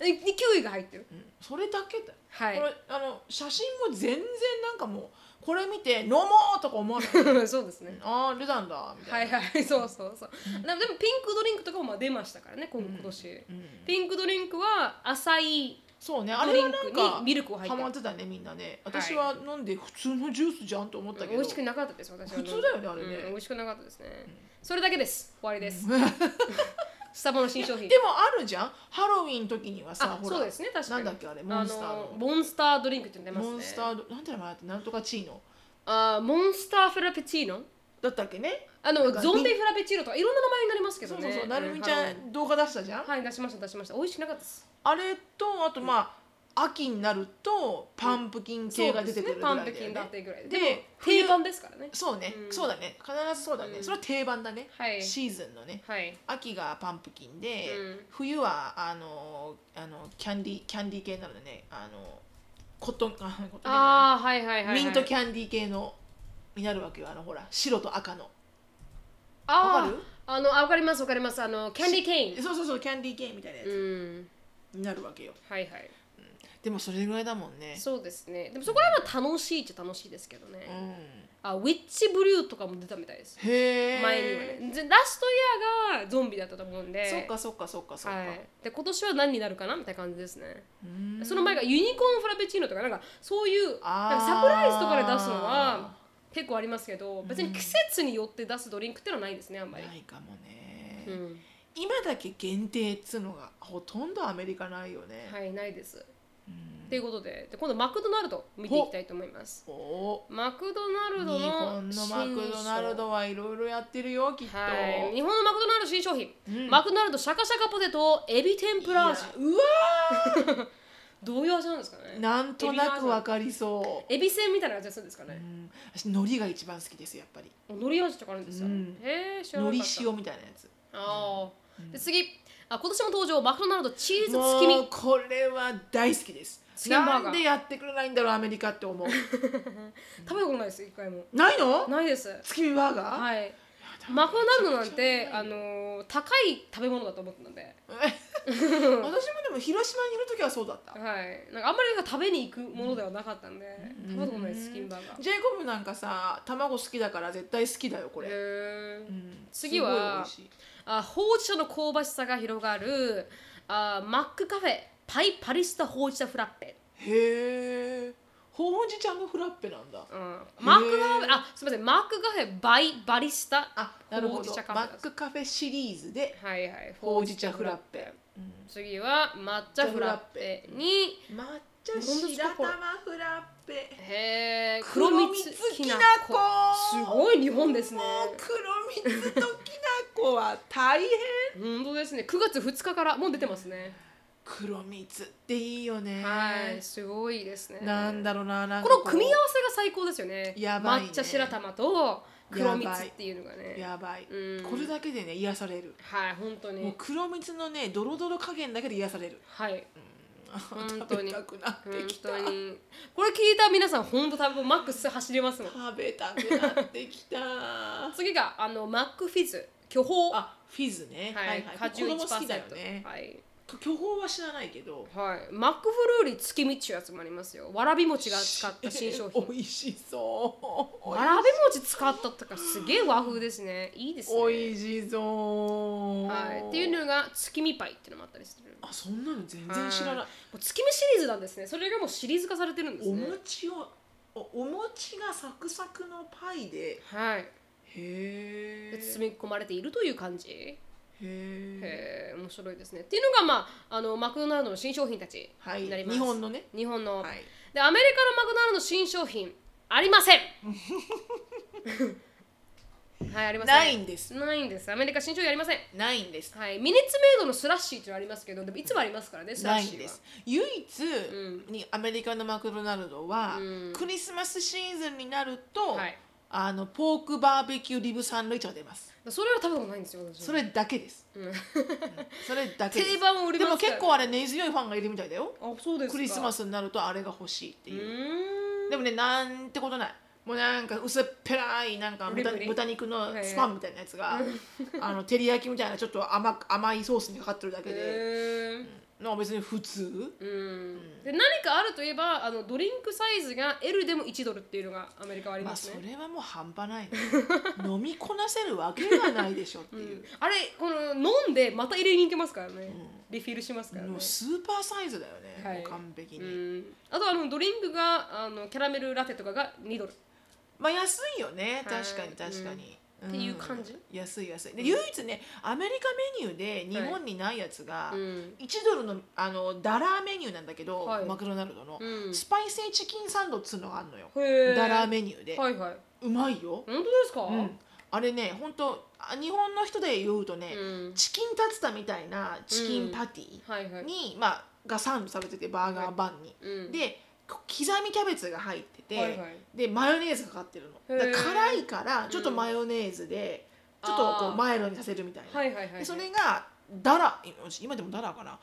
S1: えにキウイが入ってる
S2: うんそれだけだよ
S1: は
S2: これあの写真も全然なんかもうこれ見て飲もうとか思 わない
S1: いそうですね
S2: ああルダンだみた
S1: はいい
S2: な、
S1: はい そうそうそうでもでもピンクドリンクとかもまあ出ましたからね今今年、
S2: うん
S1: ピンクドリンクは浅い
S2: そうねあ
S1: ド
S2: れ
S1: リ
S2: は
S1: ン
S2: なん
S1: クに
S2: か
S1: ミルクを入
S2: ハ
S1: って
S2: マっ
S1: る
S2: てたねみんなね私は飲んで普通のジュースじゃんと思ったけど、
S1: 美味しくなかったです私は
S2: 普通だよねあれね
S1: うん美味しくなかったですね、それだけです終わり です、スタバの新商品
S2: でもあるじゃんハロウィンの時にはさ
S1: あ
S2: ほら
S1: そうですね確か
S2: な
S1: に
S2: んだっけあれモ
S1: あ
S2: ンスター
S1: の
S2: の
S1: モンスタードリンクって出ますね
S2: モンスタードなんて名前だってなんとかチーノ
S1: あーモンスターフラペチーノ
S2: だったっけね
S1: あ
S2: な
S1: の
S2: んか
S1: ゾンビフラペチーノとかいろんな名前になりますけ
S2: そ
S1: ど
S2: う
S1: ね
S2: そうそうなるみち
S1: う
S2: ゃ
S1: はい
S2: ん動画出したじゃん
S1: はい出しました出しました美味しくなかったです
S2: あれとあとまあ秋になるとパンプキン系が出てくるぐら
S1: そうですねパン
S2: いだ
S1: プ
S2: よ
S1: キンだっ
S2: ね
S1: てぐらい
S2: で
S1: でも定番ですからね
S2: そうね
S1: うん
S2: そうだね必ずそうだね
S1: うん
S2: それは定番だね
S1: はい
S2: シーズンのね
S1: はい
S2: 秋がパンプキンで
S1: うん
S2: 冬はあのあのキャンディキャンディ系なのでねあのコットンあコットン系じゃない
S1: ああはいはいはい、はい、
S2: ミントキャンディー系のになるわけよあのほら白と赤のわか
S1: あ
S2: る
S1: ああのあわかりますわかりますあのキャンディーケイン
S2: そうそうそうキャンディー系みたいなや
S1: うん
S2: つになるわけよ
S1: はいはい
S2: でもそれぐらいだもんね
S1: そうですねでもそこら辺は楽しいっちゃ楽しいですけどね、
S2: うん、
S1: あウィッチブルーとかも出たみたいです
S2: へえ
S1: 前にはねぜラストイヤーがゾンビだったと思うんで
S2: そっかそっかそっかそっか、
S1: はい、で今年は何になるかなみたいな感じですね、
S2: うん
S1: その前がユニコーンフラペチーノとかなんかそういう
S2: あ
S1: な
S2: ー
S1: んかサプライズとかで出すのは結構ありますけど別に季節によって出すドリンクってのはないですねあんまり、
S2: ないかもね、
S1: うん
S2: 今だけ限定っつうのがほとんどアメリカないよね、
S1: はいないです
S2: うん
S1: ということでで今度マクドナルド見ていきたいと思います
S2: お
S1: マクドナル
S2: 日
S1: ドの
S2: 本のマクドナルドはいろいろやってるよきっと、
S1: はい、日本のマクドナルド新商品、
S2: うん
S1: マクドナルドシャカシャカポテトエビ天ぷら味
S2: いやうわ
S1: どういう味なんですかね
S2: ーなんとなくわかりそ
S1: エビせんみたいな味がするんですか
S2: う、う
S1: ね、
S2: ん、私海苔が一番好きですやっぱり
S1: お海苔味とかあるんですよ、
S2: うん
S1: へえ知らなかっ
S2: 海
S1: た
S2: 苔塩みたいなやつ
S1: ああ、で次あ今年も登場マクドナルドチーズ
S2: も
S1: 月見
S2: うこれは大好きです
S1: 月見バーガー
S2: なんでやってくれないんだろうアメリカって思う
S1: 食べたことないです一回も
S2: ないの
S1: ないです
S2: 月見バーガー、
S1: はい
S2: だ
S1: マクドナルドなん
S2: め
S1: て
S2: ちゃくちゃ
S1: あのー高い食べ物だと思ってたんで
S2: 私もでも広島にいる時はそうだった
S1: はいなんかあんまりなんか食べに行くものではなかったんで、食べたことないですキンバーガーへ
S2: ジェイコブなんかさ卵好きだから絶対好きだよこれ、
S1: え
S2: うん
S1: 次は
S2: すごい美味しい
S1: あほうじ茶の香ばしさが広がるあマックカフェパイパリスタほうじ茶フラッペ、
S2: へえほうじ茶のフラッペなんだ
S1: うん、マックカフェあすみませんマックカフェバイバリスタ
S2: あなるほ
S1: ほうじ
S2: ど
S1: 茶カフ
S2: マ
S1: ェ
S2: ックカフェシリーズで
S1: はいはい
S2: ほうじ茶フラッペ
S1: 次は抹茶フラッペに
S2: 抹茶白玉フラッペ
S1: へー
S2: 黒蜜きなこ
S1: すごい日本ですね
S2: もう黒蜜ときなこは大変
S1: 本当ですね9月2日からもう出てますね
S2: 黒蜜っていいよね
S1: はいすごいですね
S2: なんだろうななんか
S1: この組み合
S2: わ
S1: わせが最高ですよね
S2: やばいね
S1: 抹茶白玉と黒蜜っていうのがね
S2: やばい
S1: うん
S2: これだけでね癒される
S1: はい本当
S2: もう
S1: に
S2: 黒蜜のねドロドロ加減だけで癒される
S1: はい本当
S2: 食べ
S1: に
S2: たくなっ
S1: 本
S2: てきた
S1: 当にこれ聞いた皆さん本当多分マックス走りますもん
S2: 食べたくなってきた
S1: 次があのマックフィズ巨峰
S2: あフィズね
S1: はい、果
S2: 子
S1: 汁
S2: 供
S1: 1%
S2: 好きだよね
S1: はい
S2: 巨峰は知らないけど
S1: はい、マックフルーリー月見っちゅうやつもありますよわらび餅が使った新商 品
S2: 美味しそう
S1: わらび餅使ったとかすげえ和風ですねいいですね
S2: 美味しそう
S1: はい、っていうのが月見パイっていうのもあったりする
S2: あそんなの全然知ら
S1: は
S2: ない
S1: もう月見シリーズなんですねそれがもうシリーズ化されてるんです
S2: お
S1: ね
S2: 餅をおお餅がサクサクのパイで
S1: はい
S2: へ
S1: で
S2: え
S1: 包み込まれているという感じ
S2: へえ
S1: へえ面白いですねっていうのがまああのマクドナルドの新商品たち
S2: はい
S1: になります、
S2: 日本のね
S1: 日本の、
S2: はい
S1: でアメリカのマクドナルドの新商品ありません はいありません
S2: ないんです
S1: ないんですアメリカ新商品ありません
S2: ないんです
S1: はいミニッツメイドのスラッシーっていうのありますけどでもいつもありますからねスラ
S2: な
S1: ッ
S2: い
S1: シ
S2: ん
S1: ーは
S2: です唯
S1: う
S2: 一にアメリカのマクドナルドは、
S1: うん
S2: クリスマスシーズンになると、
S1: はい
S2: あのポークバーベキューリブサンドイッチが出ます
S1: それは食べたことないんですよ私
S2: それだけです、
S1: ん
S2: それだけです
S1: 定番を売り
S2: で
S1: ます
S2: も
S1: からね
S2: 結構あれ根強いファンがいるみたいだよ
S1: あそうですか
S2: クリスマ
S1: ス
S2: スになるとあれが欲しいって
S1: うー
S2: いう、
S1: ん
S2: でもねなんてことないもうなんか薄っぺらいなんか
S1: ブリ
S2: 豚
S1: ブリ
S2: 豚肉の
S1: はい
S2: スパンみたいなやつが、あの照り焼きみたいなちょっと甘く甘いソースにかかってるだけで、
S1: へ
S2: の別に普通、
S1: ーうんで何かあるといえばあのドリンクサイズが L でも1ドルっていうのがアメリカはあり
S2: まあ
S1: ます
S2: そ
S1: ね、
S2: れはもう半端ない、ね、 飲みこなせるわけがないでしょっていう、
S1: あ、れこの飲んでまた入れに行けますからね、リフィルしますからね
S2: もうスーパーサイズだよね、
S1: はい
S2: もう完璧
S1: う
S2: に、
S1: んあとあのドリンクがあのキャラメルラテとかが2ドル
S2: まあ安いよね
S1: はい
S2: 確かに確か
S1: ん
S2: に、
S1: っていう感じ
S2: 安い安いで唯一ねアメリカメニューで日本にないやつが、
S1: うん
S2: 1ドルのあのダラーメニューなんだけど、
S1: はい
S2: マクドナルドの、
S1: うん
S2: スパイスチキンサンドっつうのがあるのよ
S1: へー
S2: ダラーメニューで、
S1: はいはいう
S2: まいよ、
S1: 本当ですか、
S2: うんあれね本当あ日本の人で言うとね、
S1: うん
S2: チキンタツタみたいなチキンパティ
S1: はいはい
S2: に、まあ、がサンドされててバーガーバンに、
S1: うん
S2: でこ刻みキャベツが入ってて、
S1: はいはい
S2: でマヨネーズがかかってる
S1: へー
S2: のだから辛いからちょっとマヨネーズで、ちょっとこ
S1: あー
S2: うマイルドにさせるみたいな、
S1: はいはいはい
S2: でそれがダラ今でもダラかな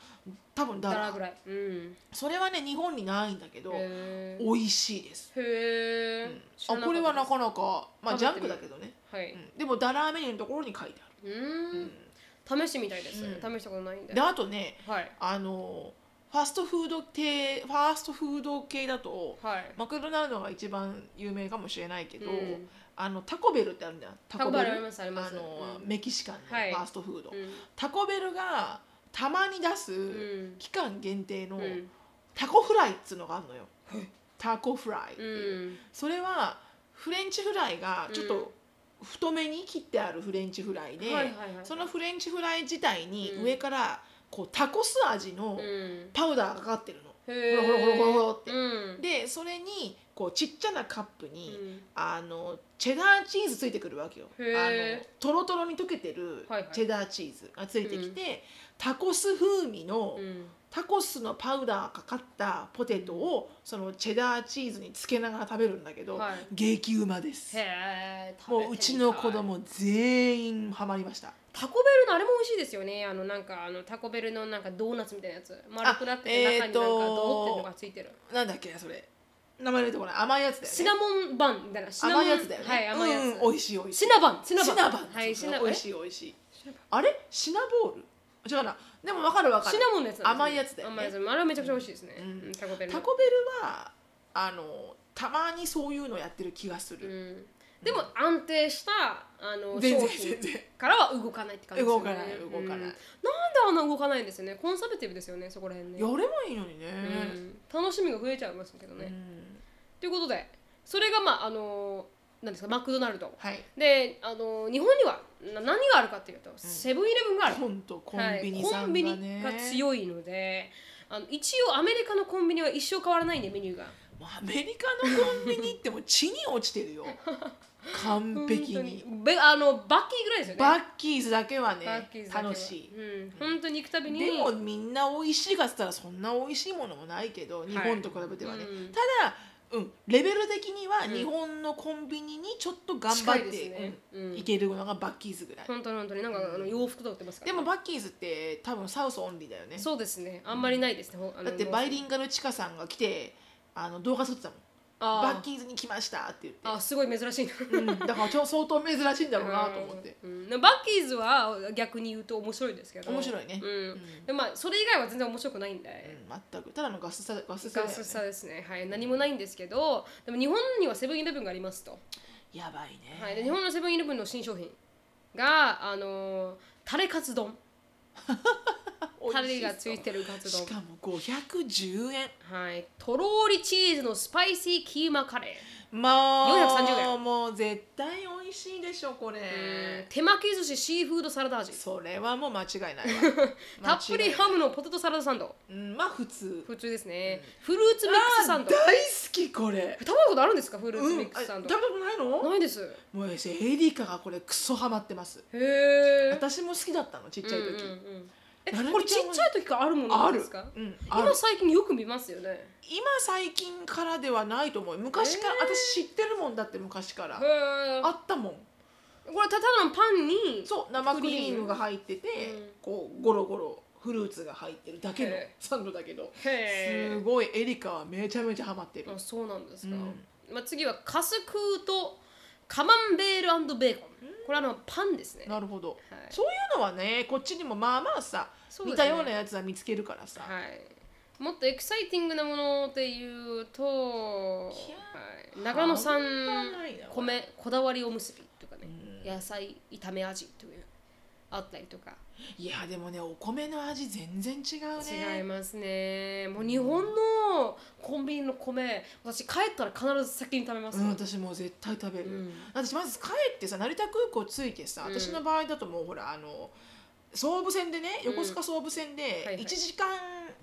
S2: 多分ダ
S1: ダ
S2: ラ
S1: ラぐらいうん
S2: それはね日本にないんだけど
S1: へ
S2: 美味しいです
S1: ーへー知らなかった
S2: あ
S1: です
S2: これはなかなかまあジャ
S1: 食べ
S2: ン
S1: て
S2: ク
S1: みよ
S2: だ
S1: う
S2: けどね、
S1: はい、
S2: うんでもダラーメニューのところに書いてあ
S1: うーん試してみたいです、
S2: うん
S1: 試したことないんで
S2: るであとね
S1: はい
S2: あのファストフード系ファーストフード系だと
S1: はい
S2: マクドナルドが一番有名かもしれないけど、
S1: うん
S2: あのタコベルってあるじゃんタ
S1: タコベルありますあります
S2: あの、
S1: うん
S2: メキシカンのフ
S1: はい
S2: ァーストフード、
S1: うん
S2: タコベルがたまに出す
S1: うん
S2: 期間限定の
S1: うん
S2: タコフライっつうのがあるのよ、タコフライって
S1: う
S2: いう、
S1: ん
S2: それはフレンチフライがちょっと太めに切ってあるフレンチフライで、
S1: はいはいはい
S2: そのフレンチフライ自体に
S1: うん
S2: 上からこうタコス味の
S1: うん
S2: パウダーがかかってるの。
S1: ほ
S2: ほろほろほろほろほろって
S1: うん
S2: でそれにこうちっちゃなカップ
S1: う
S2: に、
S1: ん
S2: あのチェダーチーズついてくるわけよ。あ
S1: へー
S2: のトロトロに溶けてる
S1: はいはい
S2: チェダーチーズがついてきて、タコス風味の、
S1: うん
S2: タコスのパウダーがかかったポテトをそのチェダーチーズにつけながら食べるんだけど、
S1: はい
S2: 激うまです。
S1: へー
S2: もううちの子供全員ハマりました。
S1: タコベルのあれも美味しいですよねあのなんかあのタコベルのなんかドーナツみたいなやつ丸くなってて
S2: あえ
S1: 中にな
S2: ー
S1: ん
S2: と
S1: かドーってのがついてる、
S2: なんだっけなそれ名前出てこない甘いやつだよね
S1: シナモンバンみたいなシナモ
S2: 甘
S1: ン
S2: いやつだよね、
S1: はい甘いやつ、
S2: うん、美味しい美味しい
S1: シナバンシナバン
S2: シナバン
S1: はいシナ
S2: 美
S1: バン
S2: 味しい美味しいあれシナボール違うなでも分かる分かる
S1: シナモンのやつなんですね
S2: 甘いやつだよね
S1: 甘いやつあれはめちゃくちゃ美味しいですね、
S2: うん
S1: うんタコベルの
S2: タコベルはあのたまにそういうのやってる気がす
S1: う
S2: る、
S1: んでも安定したあの
S2: 全
S1: 商
S2: 然
S1: 品
S2: 全然
S1: からは動かないって感じですよね
S2: 動かない動かない
S1: うんなんであんな動かないんですよねコンサバティブですよねそこら辺ね
S2: やればいいのにね、
S1: うん楽しみが増えちゃいますけど
S2: う
S1: ね、
S2: ん
S1: ということでそれがまああのなんですかマクドナルド
S2: はい
S1: であの日本にはな何があるかっていうとセブンイレブンがある、
S2: 本当コン
S1: はい
S2: ビニさんがね、
S1: コンビニが強いのであの一応アメリカのコンビニは一生変わらないんでメニューが
S2: もうアメリカのコンビニってもう地に落ちてる よ完璧
S1: 本当
S2: に
S1: べあのバッキーぐらいですよね
S2: バッキーズだけはね
S1: バッキーズだけは
S2: 楽しい、
S1: うん、本当に行くたびに
S2: でもみんな美味しいかっつったらそんな美味しいものもないけど日本と比べてはね、
S1: うん
S2: ただ、うん、レベル的には
S1: うん
S2: 日本のコンビニにちょっと頑張
S1: 近い
S2: っ
S1: です
S2: て、
S1: ね
S2: うん
S1: うん
S2: いけるのがバッキーズぐらい、
S1: 本当に本当になんかあの洋服とか売ってますから
S2: で
S1: ね、
S2: もバッキーズって多分サウスオンリーだよね
S1: そうですねあんまりないですね、ほあの
S2: だってバイリ
S1: ン
S2: ンガルチカさんが来てあの動画撮ってたもん
S1: あ
S2: バッキーズに来ましたって言って
S1: あすごい珍しいな
S2: うん、だからちょ相当珍しいんだろうなと思って、
S1: うんうんバッキーズは逆に言うと面白いですけど
S2: 面白いね
S1: うん
S2: うん
S1: でまあ、それ以外は全然面白くないんで、
S2: うん、全くただのガスさガスさ
S1: ガ
S2: だよね
S1: スさですね、はい、何もないんですけどでも日本にはセブンイレブンがありますと、
S2: やばいね、
S1: はい、で日本のセブンイレブンの新商品があのータレカツ丼タレがついてるカツ丼
S2: しかも510円
S1: はいとろーりチーズのスパイシーキーマカレ
S2: まあ
S1: 430円
S2: もう絶対美味しいでしょこれ、
S1: ー、うん手巻き寿司シーフードサラダ味
S2: それはもう間違いないわ
S1: たっぷり
S2: 間違
S1: ハムのポテトサラダサンド
S2: いないうんまあ普通
S1: 普通ですね、フルーツミックスサンド
S2: あ大好きこれ
S1: 食べたことあるんですかフルーツ
S2: うん
S1: ミ
S2: あ
S1: ックス
S2: 食べた
S1: サン
S2: こ
S1: ド、
S2: とないの
S1: ないですへ
S2: もうエリカがこれクソハマってます
S1: え
S2: 私も好きだったのちっちゃい時、
S1: うんうんうんえ
S2: なるみちゃん
S1: これちっ
S2: は
S1: ちゃい時からあるものな
S2: あ
S1: んで
S2: る
S1: すか、
S2: うん、ある
S1: 今最近よく見ますよね
S2: 今最近からではないと思う昔から、
S1: えー
S2: 私知ってるもんだって昔から、
S1: へえ
S2: あったもん
S1: これただのパンに
S2: そう生クリームが入ってて、
S1: うん
S2: こうゴロゴロフルーツが入ってるだけの
S1: へ
S2: サンドだけど
S1: へ
S2: す
S1: ー
S2: ごいエリカはめちゃめちゃハマってる
S1: あそうなんですか、
S2: うん
S1: まあ、次はカスクーとカマンベールベーコンこれはあのパンですね
S2: なるほど
S1: はい
S2: そういうのはねこっちにもまあまあさ、
S1: そうで
S2: 似
S1: すね
S2: たようなやつは見つけるからさ、
S1: はいもっとエキサイティングなものっていうと、はいい、
S2: や
S1: 長野産
S2: 半端ないなこ
S1: 米こだわりおむすびとかね
S2: うん
S1: 野菜炒め味というあったりとか
S2: いやでもねお米の味全然違うね
S1: 違いますねもう日本のコンビニの米私帰ったら必ず先に食べます
S2: う
S1: よ
S2: ん、私もう絶対食べる、
S1: うん
S2: 私まず帰ってさ成田空港着いてさ、
S1: うん
S2: 私の場合だともうほらあの総武線でね横須賀総武線
S1: はい
S2: で
S1: はい
S2: 1時間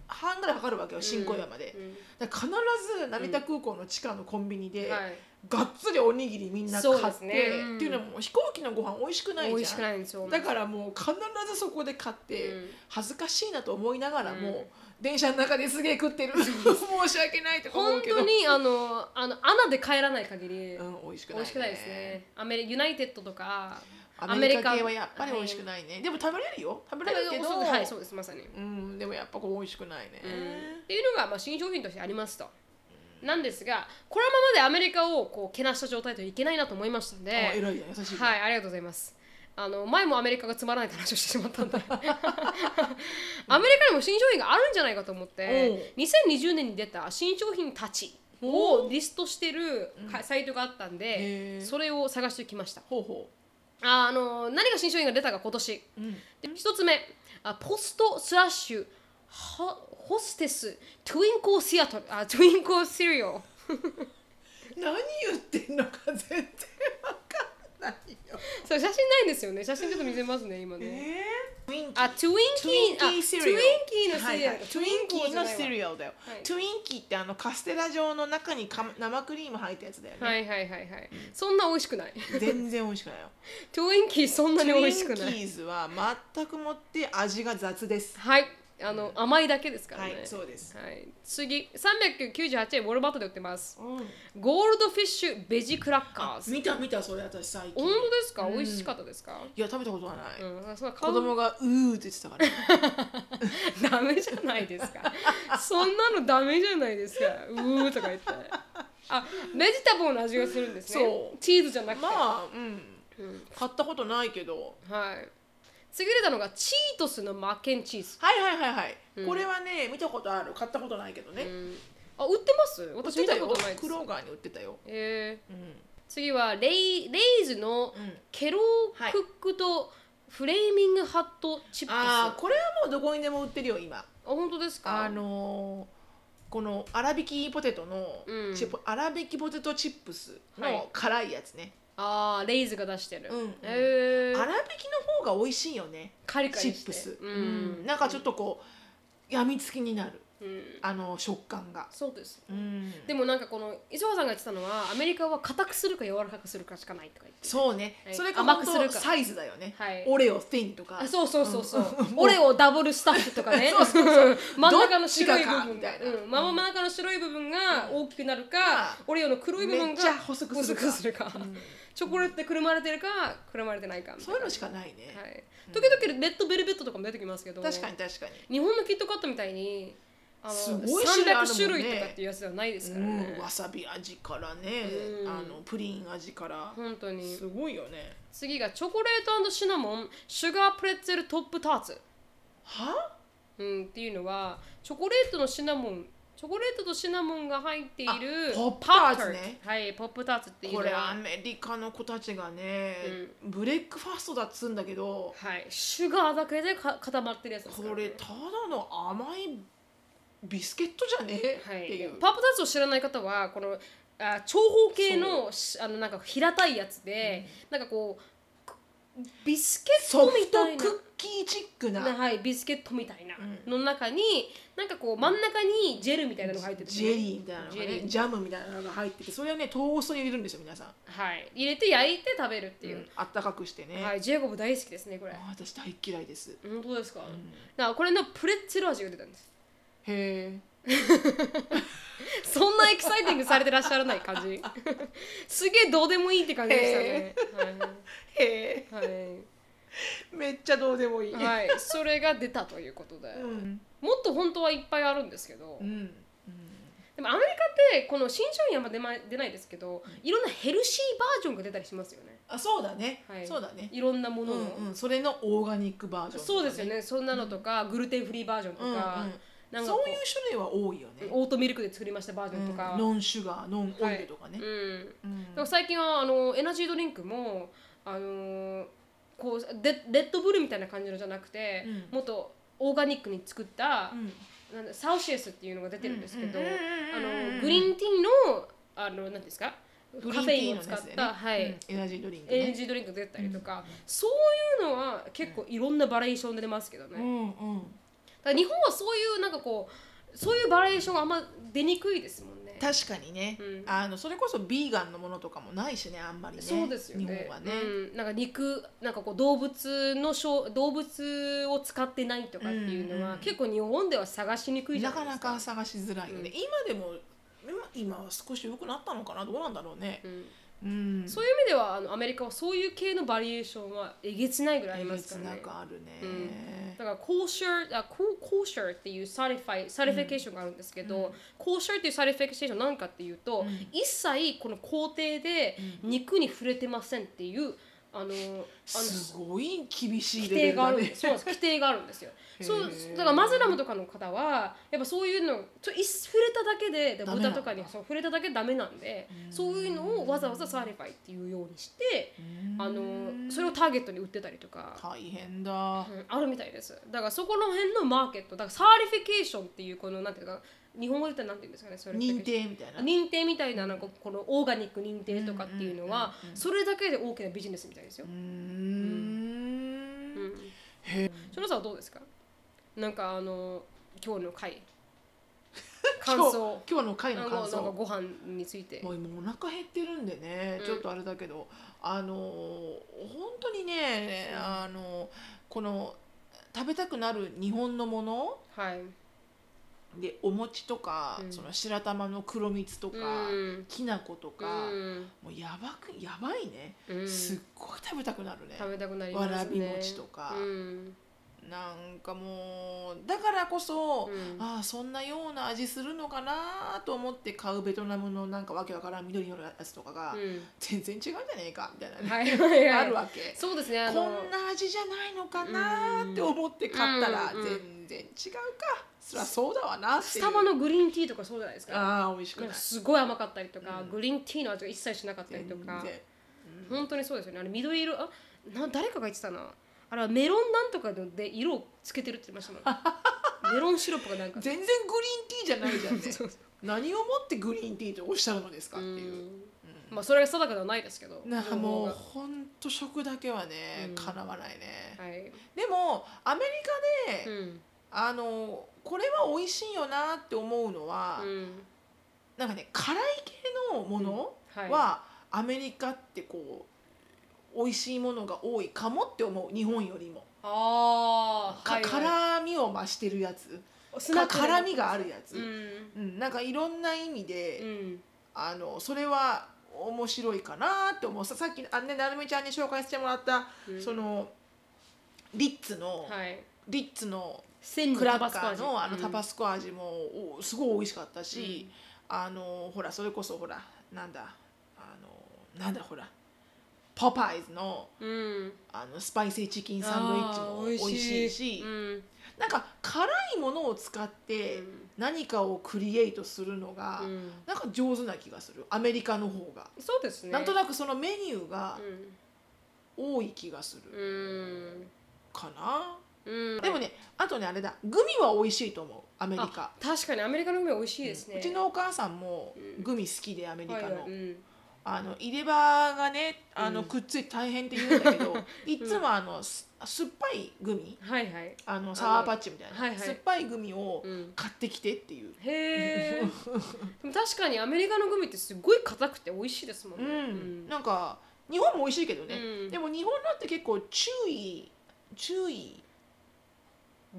S2: 半ぐらいかかるわけよ新小岩まで、
S1: うん
S2: だから必ず成田空港の地下のコンビニで、
S1: はい
S2: がっつりおにぎりみんな買
S1: そう
S2: っ
S1: です
S2: て、
S1: ねうん
S2: っていうのも飛行機のご飯美味しくない
S1: 美味
S2: じゃ
S1: し
S2: ん
S1: くないんですよ
S2: だからもう必ずそこで買って、
S1: うん
S2: 恥ずかしいなと思いながらも、
S1: うん
S2: 電車の中ですげえ食ってる 申し訳ないとか思
S1: 本
S2: うけど
S1: 当にあのあの穴で帰らない限り、
S2: うん、美味しく
S1: 美
S2: ない、
S1: 味しくないですねアメリユナイテッドとか
S2: アメリ
S1: ア
S2: カ
S1: メリ
S2: 系
S1: カ
S2: はやっぱり美味しくないね、でも食べれるよ食べれるけど
S1: はいそうですまさに、
S2: うん、でもやっぱこう美味しくないね、
S1: うんっていうのが、まあ、新商品としてありますと。なんですがこのままでアメリカをこうけなした状態といけないなと思いましたので
S2: あ偉いじゃん優しいね
S1: はいありがとうございますあの前もアメリカがつまらないって話をしてしまったん でアメリカにも新商品があるんじゃないかと思って2020年に出た新商品たちをリストしてるかサイトがあったん
S2: へ
S1: で
S2: ー
S1: それを探してきました
S2: ほうほ
S1: あの何が新商品が出たか今年
S2: う、うん、
S1: で一つ目あポストスラッシュはホステストゥインコーシアトルあトゥインコーシリオ
S2: 何言ってんのか全然わかんないよ
S1: それ写真ないんですよね写真ちょっと見せますね今ね、
S2: えー、トゥインキー
S1: あ、トゥイン
S2: ト
S1: キ
S2: ゥ
S1: ー
S2: イン、キ
S1: あ、トゥイ
S2: ー
S1: ン
S2: シリアル
S1: キーのシリアル
S2: はいはい、トゥインキーのシ
S1: ル。
S2: リアルだよ、
S1: はい
S2: トゥインキーってあのカステラ状の中にか生クリーム入ったやつだよね、
S1: はいはいはいはい。そんな美味しくない。
S2: 全然美味しくないよ
S1: トゥインキー そんなに美味しく
S2: ト
S1: な
S2: ゥインキ
S1: い。
S2: ーズは全くもって味が雑です
S1: はい。あの甘いだけですから
S2: は
S1: ね。
S2: いそうです、
S1: はい。次、三百九十八円ウォルバットで売ってます。
S2: うん、
S1: ゴールドフィッシュベジクラッカーズ。
S2: 見た見たそれ私最近
S1: 本当ですか？
S2: うん
S1: 美味しかったですか？
S2: いや食べたことはない、
S1: うん、そう
S2: 子供が「うー」って言ってたから
S1: 買う ダメじゃないです か。そんなのダメじゃないですか。うーとか言って。あ、ベジタブルの味がするんですね。
S2: そう
S1: チーズじゃなくて。
S2: まあうん
S1: うん
S2: 買ったことないけど
S1: はい。次出たのがチートスのマッケンチーズ。
S2: はいはいはいはい、
S1: うん
S2: これはね見たことある買ったことないけどね、
S1: うんあ、売ってます
S2: 売っ
S1: 私
S2: て
S1: 見
S2: た
S1: た
S2: よ
S1: ことないです
S2: ク。ローガーに売ってたよ、
S1: えー
S2: うん
S1: 次はレイレイズの
S2: うん、
S1: ケロ
S2: は
S1: ー
S2: い
S1: クックとフレーミングハットチップス。
S2: あ
S1: あ
S2: あ、これはもうどこにでも売ってるよ今
S1: 本当ですか
S2: あ、のーこの粗挽きポテトの
S1: うん
S2: チップ、粗挽きポテトチップス
S1: はい
S2: の辛いやつね、
S1: あーレイズが出してる。
S2: うん
S1: えー
S2: 粗挽きの方が美味しいよね
S1: カリカ
S2: チ
S1: リ
S2: ッ
S1: して
S2: プス、
S1: う
S2: うん
S1: ん。
S2: なんかちょっとこうやみつきになる
S1: うん。
S2: あの食感が、
S1: そうです。
S2: うん、
S1: でもなんかこの磯川さんが言ってたのはアメリカは硬くするか柔らかくするかしかないとか言って。
S2: そうね、
S1: はい
S2: それか
S1: 甘
S2: 本
S1: くする
S2: 当
S1: か
S2: サイズだよね、
S1: はい
S2: オレオティンとか
S1: あそうそうそうそう、
S2: ん
S1: オレオダブルスタッフとかね
S2: そうそうそう
S1: 真ん中の白い部
S2: どっちがかみ
S1: 分
S2: たいな
S1: うん、真ん中の白い部分が大きくなるか、
S2: う
S1: オレオの黒い部分
S2: めっちゃ
S1: が
S2: 細くするか
S1: 細るか
S2: うん
S1: チョコレートでくるまれてるかくるまれてないかみた
S2: そういうのし
S1: か
S2: かないね、
S1: はい、時々レッドベルベットとかも出てきますけど
S2: 確かに確かに
S1: 日本のキットカットみたいにあの
S2: すごい種類あるもんね
S1: 300種類とかっていうやつではないですからね
S2: うん、、わさび味からね、
S1: うん
S2: あのプリン味から、
S1: 本当に
S2: すごいよね
S1: 次がチョコレートシナモンシュガープレッツェルトップターツ
S2: は
S1: うん、っていうのはチョコレートのシナモンチョコレートとシナモンが入っている
S2: あポップターツね
S1: パッターはいポップターツっていうの
S2: こ
S1: は
S2: れアメリカの子たちがね、ブレックファーストだっつうんだけど
S1: はいシュガーだけでか固まってるやつですから
S2: これただの甘いビスケットじゃね、
S1: は
S2: ってい
S1: いうパップターツを知らない方はこのあ長方形のしあのなんか平たいやつで、なんかこうくビスケッ
S2: ソ
S1: ト
S2: フ
S1: み
S2: ト
S1: たいな
S2: クッキーチックな、
S1: なはいビスケットみたいな
S2: うん
S1: の中になんかこう真ん中にジェルみたいなのが入ってて、
S2: ジェリーみたいなのが
S1: ジェリ
S2: ね
S1: ー
S2: ジャムみたいなのが入っててそれをねトーストに入れるんですよ皆さん、
S1: はい入れて焼いて食べるっていう
S2: う、んあったかくしてね、
S1: はいジェイコブ大好きですねこれ
S2: あ私大っ嫌いです、
S1: 本当ですか、
S2: う
S1: だか
S2: ん
S1: らこれのプレッツェル味が出たんです
S2: へえ
S1: そんなエキサイティングされてらっしゃらない感 じすげえどうでもいいって感じでしたね
S2: へ
S1: はい、は
S2: えめっちゃどうでもいい、
S1: いはい、それが出たということで、
S2: うん
S1: もっと本当はいっぱいあるんですけど、
S2: うんうん
S1: でもアメリカってこの新商品はあんま出ま出ないですけどいろんなヘルシーバージョンが出たりしますよね
S2: あそうだね、
S1: はい
S2: そうだね
S1: いろんなも
S2: う
S1: のの、
S2: んうんそれのオーガニックバージョンとか
S1: そうですよねそんなのとか、グルテンフリーバージョンと
S2: うんうん
S1: か,、なんかこ
S2: そういう種類は多いよね、
S1: オートミルクで作りましたバージョンとか、
S2: うんノンシュガーノンオイルとかね、
S1: うん、
S2: うん
S1: だから最近はあのエナジードリンクもあのーこうレレッドブルみたいな感じのじゃなくて、
S2: うん
S1: もっとオーガニックに作った、
S2: うん
S1: なんだサウシエスっていうのが出てるんですけど、
S2: うんうんうんうんうん
S1: あのグリーンティーのあのなんていうんですか
S2: グリ
S1: カ
S2: ーン
S1: フ
S2: テ
S1: ェ
S2: ィ
S1: イ
S2: ー
S1: ン
S2: の
S1: を使っ
S2: やつだよね
S1: た、はい
S2: うんエナジードリンク
S1: エナ
S2: ね
S1: ジードリンクが出たりとか、そういうのは結構いろんなバリエーションで出ますけどね、
S2: う
S1: だ
S2: んうん
S1: から日本はそういうなんかこうそういうバリエーションがあんま出にくいですもんね。
S2: 確かにね、
S1: うん
S2: あのそれこそビーガンのものとかもないしねあんまりね
S1: そうですよね。
S2: 日本はね、
S1: うん、なんか肉なんかこう動物のしょう動物を使ってないとかっていうのは、
S2: うんうん
S1: 結構日本では探しにくいじゃ
S2: な
S1: ない
S2: か
S1: で
S2: な
S1: すか。
S2: か探しづらいよね、
S1: うん
S2: 今でも今今は少し良くなったのかなどうなんだろうね
S1: うん
S2: うん
S1: そういう意味ではあのアメリカはそういう系のバリエーションはえげつないぐらいありますから
S2: な
S1: ね。
S2: くあるね、
S1: うんだからコーシャーあコーコーシャーっていうサリファイサリフィケーションがあるんですけど、コーシャーっていうサリフィケーションは何かっていうと、
S2: うん
S1: 一切この工程で
S2: うん
S1: 肉に触れてませんっていうあのあの
S2: すごい厳しい
S1: 規
S2: レ
S1: 定
S2: ベル
S1: があ
S2: だ
S1: るん
S2: ね
S1: です。そうなんです規定があるんですよ。
S2: へー
S1: そうだからマズラムとかの方はやっぱそういうのちょい触れただけでで
S2: ダメ
S1: 豚
S2: なんだ
S1: とかにそう触れただけでダメなんで
S2: うん
S1: そういうのをわざわざサーリファイっていうようにしてあのそれをターゲットに売ってたりとか。
S2: 大変だ
S1: うんあるみたいですだからそこの辺のマーケットだからサーリフィケーションっていうこのなんていうか日本語で言ったらなんて言うんですかねそれって
S2: 認定みたいな
S1: 認定みたいななんかこのオーガニック認定とかっていうのは
S2: うんうんうんうん
S1: それだけで大きなビジネスみたいですよ
S2: うー、ん
S1: うん、そのさはどうですかなんかあの今日の回感想
S2: 今日今日の回
S1: あ
S2: の
S1: の
S2: 感
S1: なんか
S2: 想
S1: ご飯について
S2: もう今お腹減ってるんでね、
S1: うん
S2: ちょっとあれだけどあのー本当にね
S1: うん
S2: あのこの食べたくなる日本のもの
S1: はい
S2: でお餅とか、
S1: うん
S2: その白玉の黒蜜とか、
S1: うん
S2: きな粉とか、
S1: うん
S2: もうやばくやばいね、
S1: うん
S2: すっごい食べたくなるね
S1: 食べたくなりますね
S2: わらび餅とか
S1: うん
S2: なんかもうだからこそ、
S1: うん
S2: ああそんなような味するのかなと思って買うベトナムのなんかわけわからん緑のやつとかが、
S1: う
S2: 全然違うんじゃねえかみたいなね
S1: ん、はいはいはい
S2: あるわけ
S1: そうですね
S2: こ
S1: あ
S2: ん
S1: の
S2: な味じゃないのかなって思って買ったら
S1: うんうん
S2: 全然違うかそりゃそうだわなってい
S1: ス
S2: う
S1: タバのグリーンティーとかそうじゃないですか
S2: ああ美味しく
S1: な
S2: なんい
S1: かすごい甘かったりとか、
S2: うん
S1: グリーンティーの味が一切しなかったり
S2: 全
S1: と
S2: 然
S1: か
S2: うん
S1: 本当にそうですよねあれ緑色あな誰かが言ってたなあれはメロンなんとかで色をつけてるって言ってま したもんメロンシロップがなんか
S2: 全然グリーンティーじゃないじゃんね
S1: そうそ
S2: 何をもってグリーンティーとおっしゃるのですか
S1: う
S2: っていう
S1: うんまあそれが定かではないですけど
S2: なんか
S1: 情報
S2: もう
S1: が
S2: ほんと食だけはね
S1: うん
S2: かなわないね
S1: はい、
S2: でもアメリ
S1: う
S2: カで
S1: ん
S2: あのこれは美味しいよなって思うのは
S1: うん
S2: なんかね辛い系のもの
S1: はい、
S2: はアメリカってこう美味しいものが多いかもって思う日本よりも、
S1: ああ、
S2: か
S1: はいはい
S2: 辛みを増してるやつ
S1: スナ
S2: か
S1: ックで
S2: 辛みがあるや
S1: う
S2: つ、うん
S1: ん
S2: なんかいろんな意味で、
S1: うん
S2: あのそれは面白いかなって思うささっきあ、ね、なるみちゃんに紹介してもらった、
S1: うん
S2: そのリッツの、
S1: はい
S2: リッツの
S1: 千里
S2: クラッ
S1: タ
S2: カ
S1: バスコ
S2: ー
S1: 味
S2: のあのタバ
S1: ス
S2: スコ味もおすごい美味しかったし、あのほらそれこそほらなんだあのなんだほらポパイズの
S1: コ、うん、
S2: あのスパイシーチキンサンドイッチも
S1: あー
S2: 美味しいし
S1: うん
S2: なんか辛いものを使って
S1: うん
S2: 何かをクリエイトするのが、
S1: うん
S2: なんか上手な気がするアメリカの方が、
S1: そうですね
S2: なんとなくそのメニューが多い気がす
S1: うん
S2: るかな、
S1: うん、うん、
S2: でもねあとねあれだグミは美味しいと思うアメリカ
S1: あ確かにアメリカのグミは美味しいですね、
S2: うちのお母さんも
S1: うん
S2: グミ好きでアメリカの,、
S1: はいはいうん、
S2: あの入れ歯がねあの
S1: うん
S2: くっついて大変って言うんだけ ど、いつもあのす酸っぱいグミ
S1: はいはい、
S2: あのサワーパッチみたいな、
S1: はいはい
S2: 酸っぱいグミを
S1: うん、
S2: 買ってきてっていう、
S1: へ えでも確かにアメリカのグミってすごい硬くて美味しいですもん
S2: う
S1: ね、
S2: ん
S1: うん
S2: なんか日本も美味しいけどね、
S1: うん
S2: でも日本のって結構注意注意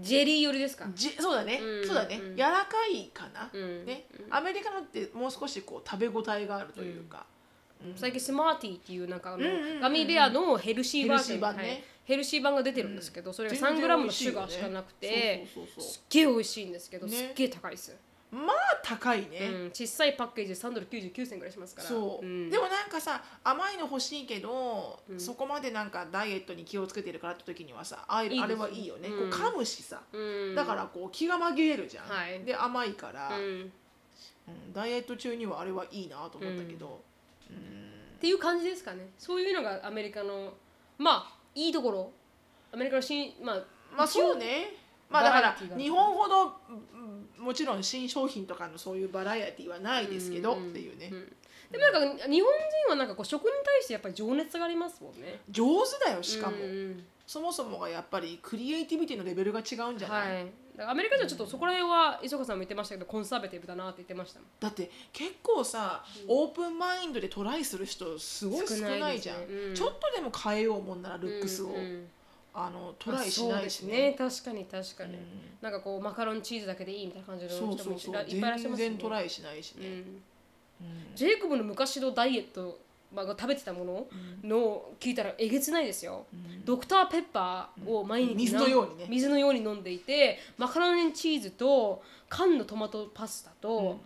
S1: ジェリー寄りですか、
S2: じそうだね、
S1: うん
S2: そうだね、
S1: うん
S2: 柔らかいかな、
S1: うん
S2: ね
S1: うん
S2: アメリカのってもう少しこう食べ応えがあるというか、うん
S1: 最近スマーティーっていうなんかあの、
S2: うんうんうんうん
S1: ガミベアのヘルシーバージョン
S2: ヘルシー版ね
S1: はいヘルシー版が出てるんですけど、それが
S2: 全然
S1: 3グラム
S2: 美
S1: の
S2: 味い
S1: シ
S2: よ
S1: ュ
S2: ね
S1: ガーしかなくて
S2: そうそうそうそ
S1: すっげえ美味しいんですけど、
S2: ね
S1: すっげえ高いです、
S2: うまあ高いね、
S1: うん、小さいパッケージで3ドル99銭ぐらいしますから
S2: そう、
S1: ん
S2: でもなんかさ甘いの欲しいけど、
S1: うん
S2: そこまでなんかダイエットに気をつけてるからって時にはさあ
S1: です
S2: あれはいいよね、
S1: うん
S2: こう噛むしさ、
S1: うん
S2: だからこう気が紛れるじゃん、
S1: はい
S2: で甘いから、
S1: う
S2: うん
S1: ん、
S2: ダイエット中にはあれはいいなと思ったけど、うん
S1: っていう感じですかねそういうのがアメリカのまあいいところアメリカの新まあ
S2: まあ
S1: 一応
S2: そうねまあだか
S1: バラエ
S2: ら
S1: ティが
S2: 日本ほどうんもちろん新商品とかのそういうバラエティはないですけど、
S1: ん
S2: っていうね、
S1: んでもなんか日本人はなんかこう食に対してやっぱり情熱がありますもんね
S2: 上手だよしかも、
S1: うんうん
S2: そもそもがやっぱりクリエイティビティのレベルが違うんじゃない、
S1: はいだからアメリカ人はちょっとそこら辺は磯子さんも言ってましたけどコンサバティブだなって言ってましたもん
S2: だって結構さ、オープンマインドでトライする人すごい少ないじゃん、
S1: 少ないですねうん
S2: ちょっとでも変えようもんならルックスを、
S1: うんうん
S2: あのトライしないしね,、
S1: まあそうですね確かに確かに、なんかこうマカロンチーズだけでいいみたいな感じの人
S2: そう
S1: も
S2: そう
S1: い
S2: そう
S1: らいっぱいいらっしゃい
S2: 全
S1: ますよ
S2: 然ト
S1: ね
S2: ライしないし
S1: う
S2: ね、
S1: ん
S2: うん
S1: ジェイコブの昔のダイエット、まあ、食べてたものの聞いたらえげつないですよ、
S2: うん
S1: ドクターペッパーを毎日
S2: 水のようにね
S1: 水のように飲んでいてマカロニチーズと缶のトマトパスタと、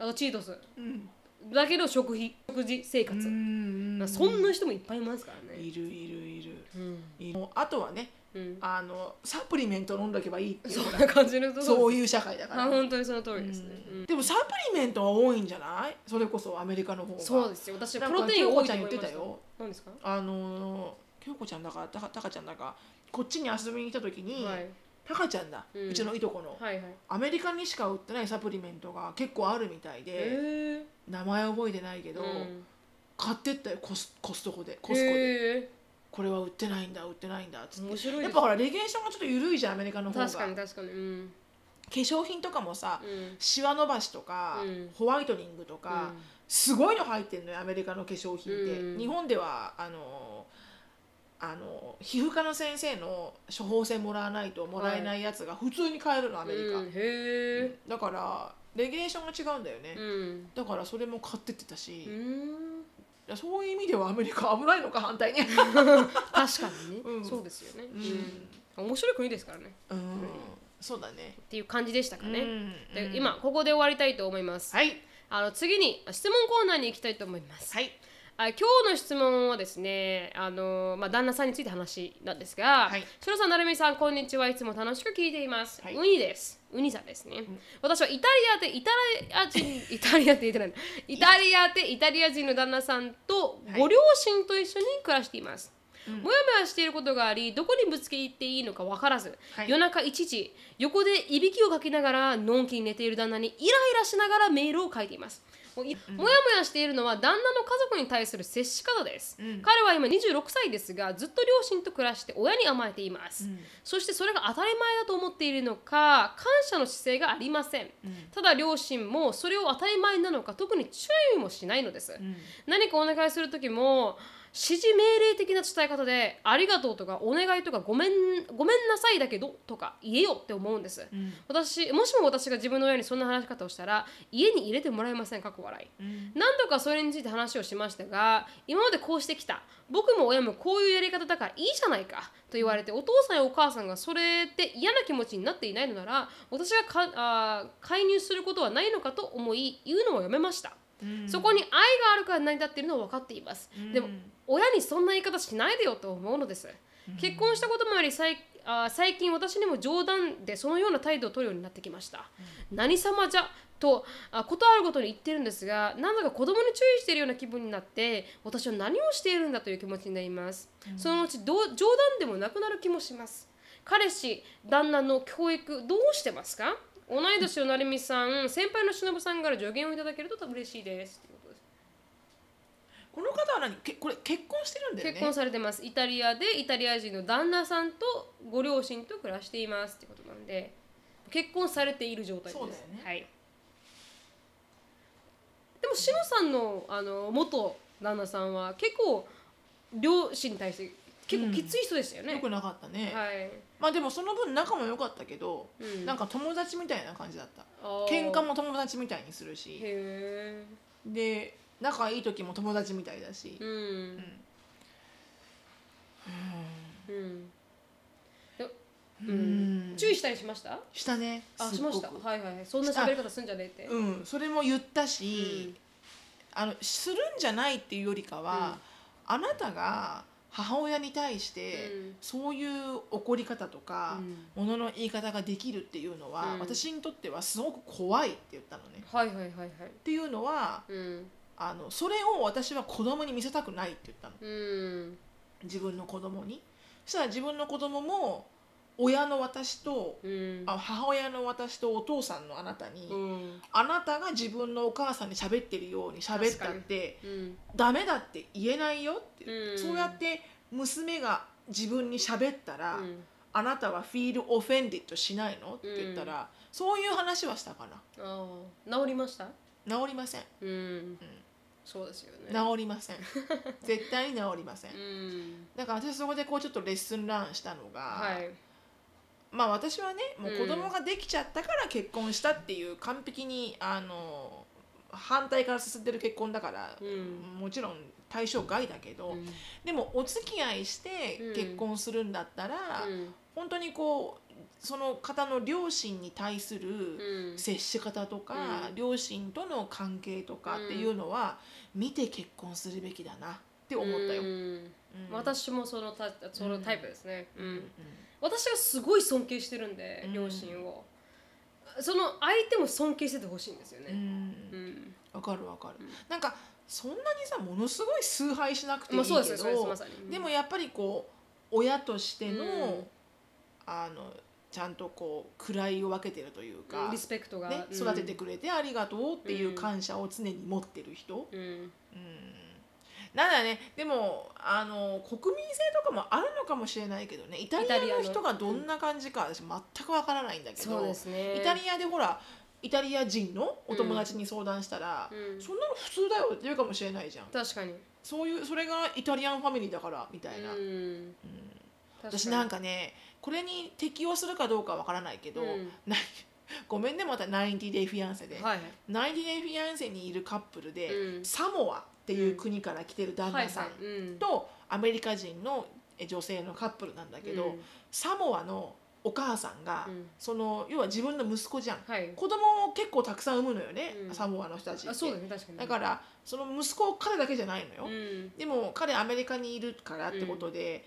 S1: あとチートス
S2: うん
S1: だけど食費食事生活、まあ、そんな人もいっぱいいますからね
S2: いるいるいる
S1: うん、
S2: いるもうあとはね
S1: うん、
S2: あのサプリメント飲んどけばいいっていう
S1: そんな感じのとこ
S2: そ
S1: う
S2: ういう社会だから
S1: あ本当にその通りですね、うん
S2: でもサプリメントは多いんじゃないそれこそアメリカの方が
S1: そうですよ私
S2: な
S1: は
S2: ん
S1: プ
S2: か
S1: ロテイン多いと思い
S2: 京子ちゃん言
S1: ま
S2: って
S1: した
S2: よ
S1: 何ですか、
S2: あのー京子ちゃんだかたかたかちゃんだかこっちに遊びに来た時に、
S1: はい
S2: たかちゃんだ、う
S1: うん
S2: ちのいとこの、
S1: はいはい
S2: アメリカにしか売ってないサプリメントが結構あるみたいで、
S1: え
S2: 名前覚えてないけ
S1: え
S2: ど、
S1: うん
S2: 買ってったよコスコストコでコスコで、
S1: へ
S2: これは売ってないんだ売ってないんだっつ
S1: え
S2: って
S1: 面白い
S2: や
S1: で
S2: っ
S1: す
S2: ぱほらレギュレーションがちょっと緩いじゃんアメリカの方が
S1: 確かに確かにうん
S2: 化粧品とかもさ、
S1: うん
S2: シワ伸ばしとか、
S1: うん
S2: ホワイトニングとか、すごいの入ってんのよアメリカの化粧品って、
S1: うん
S2: 日本ではあのあの皮膚科の先生の処方箋もらわないともらえないやつが普通に買えるのア
S1: ア
S2: メリカ、
S1: うん、へえ
S2: だからレギュレーションが違うんだよね、
S1: うん
S2: だからそれも買ってってた
S1: う
S2: し、
S1: ん
S2: そういう意味ではアメリカ危ないのか反対に、
S1: 確かにね、
S2: うん
S1: そうですよね、
S2: う
S1: うん、面白い国ですからねっ
S2: うんそうだね
S1: ていう感じでしたかね、
S2: うん
S1: で今ここで終わりたいと思います、
S2: はい
S1: あの次に質問コーナーに行きたいと思います、
S2: はい
S1: あ今日の質問はですねあの、まあ、旦那さんについて話なんですが、
S2: はい
S1: シロさんなるみさんこんにちはいつも楽しく聞いています、
S2: はい
S1: ウニですウニさんですね、私はイタリアでイタリア人 イタリアって言ってないなイタリアでイタリア人の旦那さんと
S2: はい
S1: ご両親と一緒に暮らしています、もやもやしていることがありどこにぶつけていいのか分からず、
S2: はい
S1: 夜中1時横でいびきをかきながらのんきに寝ている旦那にイライラしながらメールを書いていますもういもやもやしているのは旦那の家族に対する接し方です、彼は今26歳ですがずっと両親と暮らして親に甘えています、そしてそれが当たり前だと思っているのか感謝の姿勢がありません、ただ両親もそれを当たり前なのか特に注意もしないのです、何かお願いする時も指示命令的な伝え方で「ありがとう」とか「お願い」とかごめん「ごめんなさいだけど」とか言えよって思うんです、私もしも私が自分の親にそんな話し方をしたら家に入れてもらえませんかっこ笑い、何度かそれについて話をしましたが今までこうしてきた僕も親もこういうやり方だからいいじゃないかと言われてお父さんやお母さんがそれで嫌な気持ちになっていないのなら私がかあー介入することはないのかと思い言うのをやめました、そこに愛があるから成り立っているのは分かっています、でも親にそんな言い方しないでよと思うのです、結婚したこともあり最あ最近私にも冗談でそのような態度を取るようになってきました、何様じゃとあことあるごとに言ってるんですがなんだか子供に注意しているような気分になって私は何をしているんだという気持ちになります、そのうちどう冗談でもなくなる気もします彼氏旦那の教育どうしてますか同い年の成美さん先輩の忍さんから助言をいただけると嬉しいですということです
S2: この方は何けこれ結婚してるんだよね
S1: 結婚されてますイタリアでイタリア人の旦那さんとご両親と暮らしていますってことなんで結婚されている状態です
S2: そうだよね
S1: はい、でもシノさんのあの元旦那さんは結構両親に対して結構きつい人でしたよね、
S2: よくなかったね、
S1: はい
S2: まあでもその分仲も良かったけど、
S1: うん
S2: なんか友達みたいな感じだった
S1: あー
S2: 喧嘩も友達みたいにするし
S1: へ
S2: で仲いい時も友達みたいだし
S1: え、うんうん、う
S2: うん
S1: ん、注
S2: 意
S1: 意したりしました
S2: したね
S1: あ
S2: す
S1: し
S2: っご
S1: ま
S2: く
S1: したはいはいはいそんな喋り方すんじゃねえって
S2: うん、それも言ったし、あのするんじゃないっていうよりかは、あなたが母親に対して、
S1: うん
S2: そういう怒り方とか、
S1: うん
S2: ものの言い方ができるっていうのは、
S1: うん
S2: 私にとってはすごく怖いって言ったのね。
S1: はいはいはいはい
S2: っていうのは
S1: うん
S2: あのそれを私は子供に見せたくないって言ったの
S1: うん
S2: 自分の子供にそしたら自分の子供も親の私と
S1: うん
S2: あ母親の私とお父さんのあなたに、
S1: うん
S2: あなたが自分のお母さんに喋ってるように喋ったって
S1: うん
S2: ダメだって言えないよって、
S1: うん
S2: そうやって娘が自分に喋ったら、
S1: うん
S2: あなたはフィールオフェンディットしないのって言ったら、そういう話はしたか
S1: ああ治りました
S2: な治りません、
S1: うん、そうですよね
S2: 治りません絶対に治りません
S1: うん
S2: だから私そこでこうちょっとレッスンランしたのが、
S1: はい
S2: まあ私はねもう
S1: うん
S2: 子供ができちゃったから結婚したっていう完璧にあの反対から進んでる結婚だから、
S1: うん
S2: もちろん対象外だけど、
S1: うん
S2: でもお付き合いして
S1: うん
S2: 結婚するんだったら、本当にこうその方の両親に対す
S1: う
S2: る
S1: ん
S2: 接し方とか、
S1: うん
S2: 両親との関係とかっていうのは、見て結婚するべきだなって思ったよ。
S1: う
S2: うん
S1: ん
S2: うん
S1: 私もそのタそのタイプですね、う
S2: うんん
S1: 私はすごい尊敬してるんで、
S2: うん
S1: 両親をその相手も尊敬しててほしいんですよ
S2: う
S1: ね、
S2: ん
S1: うん
S2: わかるわかる、
S1: うん
S2: なんかそんなにさものすごい崇拝しなくてい
S1: ま
S2: い
S1: あ
S2: け
S1: そ
S2: ど、
S1: うですよそうですまさに、
S2: でもやっぱりこう親としての、
S1: うん
S2: あのちゃんとこう位を分けてるという
S1: う
S2: か、
S1: んリスペクトが、
S2: ね、
S1: うん
S2: 育ててくれてありがとうっていう感謝を常に持ってる人、
S1: うん
S2: うんなんだねでもあの国民性とかもあるのかもしれないけどねイタリ
S1: イタリ
S2: ア
S1: ア
S2: の
S1: の
S2: 人がどんな感じか私全くわからないんだけ
S1: そう
S2: ど、
S1: ですね
S2: イタリアでほらイタリア人のお友達に相談したら、
S1: うん
S2: そんなの普通だよって言うかもしれないじゃん
S1: 確かに
S2: そういうそれがイタリアンファミリーだからみたいな、
S1: うん確
S2: 私なん
S1: か
S2: かねこれに適用するかどうかわからないけど、
S1: うん
S2: なごめんねまた90 day フィアンセで、
S1: にはい
S2: 90 day フィアンセにいるカップルで、
S1: うん
S2: サモアっていう国から来てる旦
S1: はい
S2: 那
S1: は
S2: さん
S1: いうん
S2: とアメリカ人のえ女性のカップルなんだけど、
S1: うん
S2: サモアのお母さんが、
S1: うん
S2: その要は自分の息子じゃん
S1: はい
S2: 子供を結構たくさん産むのよね、
S1: うん
S2: サモアの人たちって
S1: あそうだね確かに
S2: だからその息子彼だけじゃないのよ、
S1: うん
S2: でも彼アメリカにいるからってことで、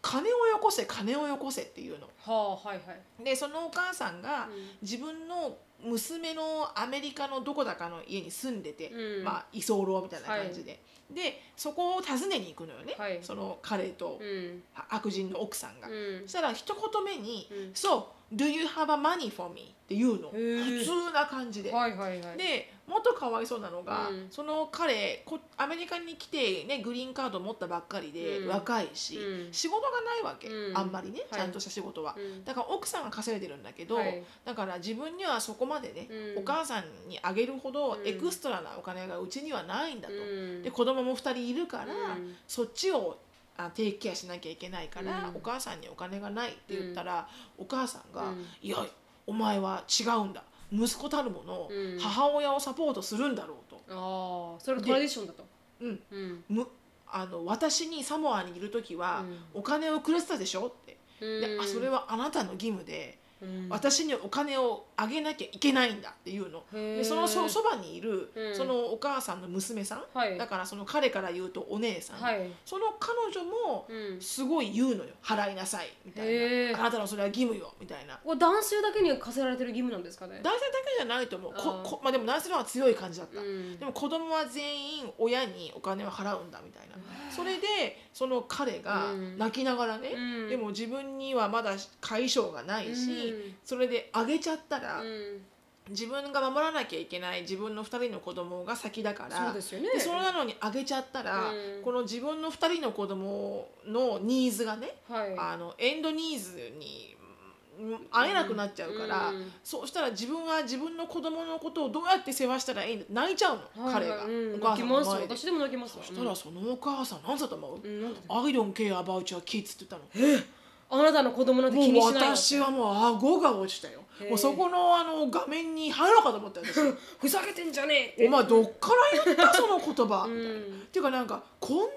S2: 金をよこせ金をよこせっていうの
S1: はあはいはい
S2: でそのお母さんが
S1: う
S2: 自分の娘のアメリカのどこだかの家に住んでて、
S1: うん
S2: まあ居候みたいな感じで、でそこを訪ねに行くのよね、
S1: はい
S2: その彼と
S1: うん
S2: 悪人の奥さんが、
S1: うん
S2: そしたら一言目に
S1: うん
S2: 「そう、So do you have a money for me?」って言うの、
S1: ー
S2: 普通な感じで、
S1: はいはいはい
S2: でもっとかわいそうなのが、
S1: うん
S2: その彼こアメリカに来て、ね、グリーンカード持ったばっかりで、
S1: うん
S2: 若いし、
S1: うん
S2: 仕事がないわけ、
S1: うん
S2: あんまりね
S1: は
S2: ち
S1: い
S2: ゃんとした仕事は、
S1: うん
S2: だから奥さんが稼いでるんだけど、
S1: はい
S2: だから自分にはそこまでね、
S1: うん
S2: お母さんにあげるほど
S1: うん
S2: エクストラなお金がうちにはないんだと、
S1: うん
S2: で子供も2人いるから、
S1: うん
S2: そっちをあテイクケアしなきゃいけないから、
S1: うん
S2: お母さんにお金がないって言ったら、お母さんが「
S1: うん
S2: いやお前は違うんだ息子たるもの、
S1: うん
S2: 母親をサポートするんだろうと」
S1: ああそれがトラディションだと
S2: うん
S1: うん
S2: むあの私にサモアにいる時は、
S1: うん
S2: お金をくれてたでしょって、で
S1: うん
S2: あそれはあなたの義務で、
S1: うん
S2: 私にお金をあげなきゃいけないんだっていうの
S1: へ
S2: で
S1: ー
S2: そのそそばにいる、
S1: うん
S2: そのお母さんの娘さん、
S1: はい
S2: だからその彼から言うとお姉さん、
S1: はい
S2: その彼女も
S1: うん
S2: すごい言うのよ払いなさいみたい
S1: へ
S2: な
S1: ー
S2: あなたのそれは義務よみたいな
S1: これ男性だけに課せられてる義務なんですかね
S2: 男性だけじゃないと思うこ
S1: あー
S2: こまあでも男性の方が強い感じだった、
S1: うん
S2: でも子供は全員親にお金を払うんだみたいなそれでその彼が
S1: うん
S2: 泣きながらね、
S1: うん
S2: でも自分にはまだ解消がないし、
S1: うん
S2: それであげちゃったら、
S1: うん
S2: 自分が守らなきゃいけない自分の2人の子供が先だから
S1: そうですよね
S2: でそれなのにあげちゃったら、
S1: うん
S2: この自分の2人の子供のニーズがね、
S1: は
S2: あのエンドニーズにうん会えなくなっちゃうから、
S1: うん
S2: そうしたら自分は自分の子供のことをどうやって世話したらいいんだ泣いちゃうの、
S1: い
S2: 彼が、
S1: うん
S2: お母さ
S1: 泣き
S2: んの前で
S1: ます私でも泣きますわ
S2: そしたらそのお母さん何だと思
S1: う
S2: う、
S1: んなんだ
S2: I don't care about your kids って言ったの
S1: あなたの子供なんて気に
S2: もう
S1: しないわ
S2: 私はもう顎が落ちたよ
S1: へえ
S2: もうそこのあの画面に入ろうかと思ったよ私
S1: ふざけてんじゃね え
S2: お前どっから言ったその言葉、
S1: う
S2: みたいなんっていうかなんかこんな文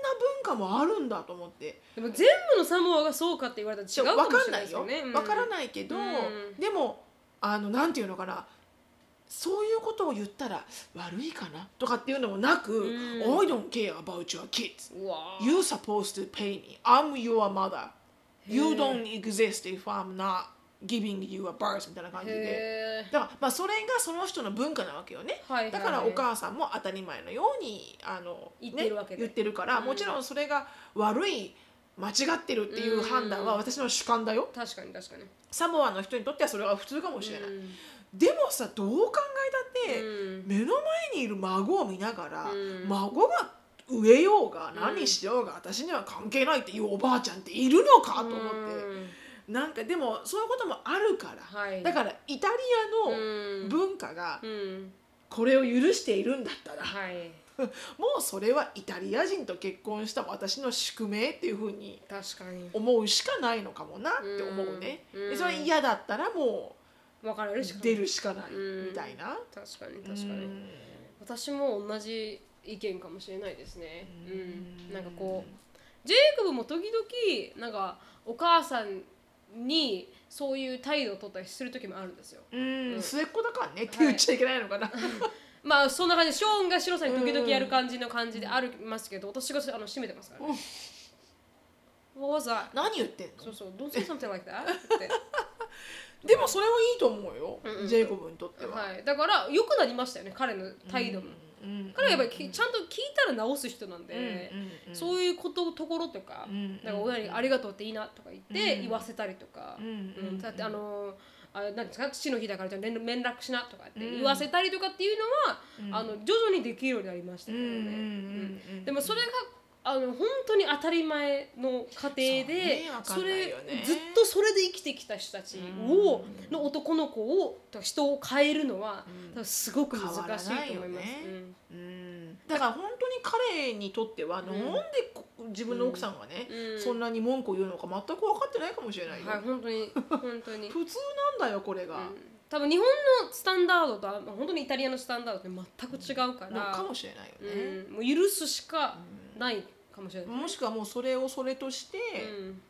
S2: 化もあるんだと思って
S1: でも全部のサモアがそうかって言われたら違う
S2: わ
S1: かも
S2: か
S1: しれ
S2: ん
S1: な
S2: ないい
S1: です
S2: よ、
S1: よね
S2: わから
S1: い
S2: ないけど、
S1: うん
S2: でもあのなんていうのかなそういうことを言ったら悪いかなとかっていうのもなく「
S1: ん
S2: I don't care about your kids
S1: うわー
S2: you supposed to pay me I'm your mother you don't exist if I'm not giving you a birth」みたいな感じで。
S1: へ
S2: だからまあそれがその人の文化なわけよね、
S1: はいはい
S2: だからお母さんも当たり前のようにあの、ね
S1: 言ってるわけで
S2: 言ってるから、もちろんそれが悪い間違ってるっていう判断は私の主観だよ、
S1: ー確かに確かに
S2: サモアの人にとってはそれが普通かもしれない、
S1: うん
S2: でもさどう考えたって、
S1: うん
S2: 目の前にいる孫を見ながら、
S1: うん
S2: 孫が植えようが何しようが、私には関係ないっていうおばあちゃんっているのかと思って、なんかでもそういうこともあるから、
S1: はい
S2: だからイタリア
S1: う
S2: の
S1: ん
S2: 文化が
S1: うん
S2: これを許しているんだったら、
S1: はい
S2: もうそれはイタリア人と結婚した私の宿命っていうふうに
S1: 確かに
S2: 思うしかないのかもなって思うね、
S1: うん
S2: でそれ嫌だったらもう
S1: 別れるしかない
S2: 出るしかない
S1: うん
S2: みたいな。
S1: 確かに確か
S2: う
S1: に
S2: ん
S1: 私も同じ意見かもしれないですね
S2: う
S1: うんん、なんかこうジェイクブも時々なんかお母さんにそういう態度を取ったりする時もあるんですよ
S2: うん、
S1: うん
S2: 末っ子だからねって言っちゃいけないの かな、
S1: まあそんな感じでショーンが白さんに時々やる感じの感じでありますけど私があの締めてますからね What was that?
S2: 何言ってん
S1: そ
S2: の
S1: うそう Don't say something like that って
S2: でもそれはいいと思うよ、
S1: うんうん
S2: ジェイコブにとっては、
S1: はい、だから良くなりましたよね彼の態度も、
S2: うん
S1: 彼はやっぱりきちゃんと聞いたら直す人なんで、
S2: い
S1: そういうことところとか、
S2: うん
S1: だから親に「ありがとう」っていいなとか言って言わせたりとか、
S2: うんうん
S1: だってあのーあれなんですか父の日だからじゃあ連絡連絡しなとかって言わせたりとかっていうのは、あの徐々にできるようになりましたけどね、
S2: うんうんうんうん
S1: でもそれがあの本当に当たり前の家庭で
S2: そうねわか
S1: そ
S2: んない
S1: れ
S2: よね
S1: ずっとそれで生きてきた人たちをの男の子をとか人を変えるのは、多分すごく難しいと思います。
S2: 変わらないよね
S1: うん
S2: うんだから本当に彼にとっては、なんでこ自分の奥さんがね、
S1: うん
S2: そんなに文句を言うのか全く分かってないかもしれないよ、
S1: はい、本当に本当に
S2: 普通なんだよこれが、
S1: 多分日本のスタンダードとはまあ本当にイタリアのスタンダードって全く違うから、
S2: のかもしれないよね、
S1: うん、もう許すしかないかもしれない。
S2: もしくはもうそれをそれとして、
S1: うん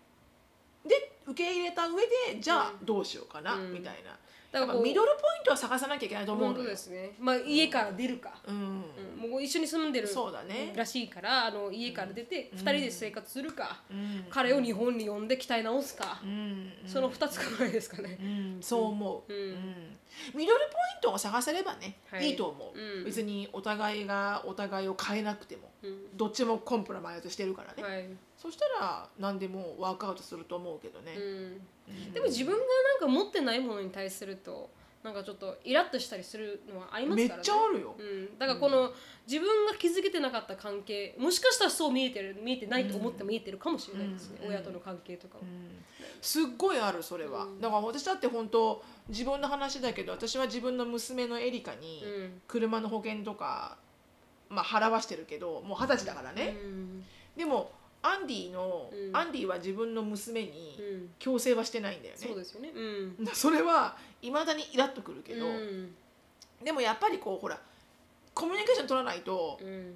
S2: で受け入れた上でじゃあどうしようかな、
S1: うん
S2: みたいな
S1: だ
S2: や
S1: から
S2: っぱ
S1: こう
S2: ミドルポイントは探さなきゃいけないと思う
S1: 本
S2: の
S1: 当
S2: よ
S1: ですね。まあ家から出るか。
S2: うん
S1: うんもう一緒に住んでる
S2: そうだね
S1: らしいからあの家から出て2人で生活するか、
S2: うん
S1: 彼を日本に呼んで鍛え直すか
S2: う、ん
S1: その2つくらいですかね
S2: う。ん、そう思う、
S1: うん
S2: ミドルポイントを探せればね、
S1: はい
S2: い、いと思う、
S1: うん
S2: 別にお互いがお互いを変えなくても、
S1: うん
S2: どっちもコンプラマイズしてるからね、
S1: はい
S2: そしたら何でもワークアウトすると思うけどね、
S1: うん、でも自分がなんか持ってないものに対するとなんかちょっとイラッとしたりするのはあります
S2: めっ
S1: からね。
S2: ちゃあるよ、
S1: うん、だからこの、自分が気づけてなかった関係もしかしたらそう見えてる見えてないと思っても見えてるかもしれないですね、
S2: うん
S1: 親との関係とかは、
S2: すっごいあるそれは、だから私だって本当自分の話だけど私は自分の娘のエリカに
S1: うん
S2: 車の保険とか、まあ、払わしてるけどもう二十歳だからね、
S1: うん
S2: でもアンディの、
S1: うん
S2: アンディは自分の娘に
S1: うん
S2: 強制はしてないんだよね
S1: そう、ですよねうん
S2: それはいまだにイラっとくるけど、
S1: うん
S2: でもやっぱりこうほらコミュニケーション取らないと、
S1: うん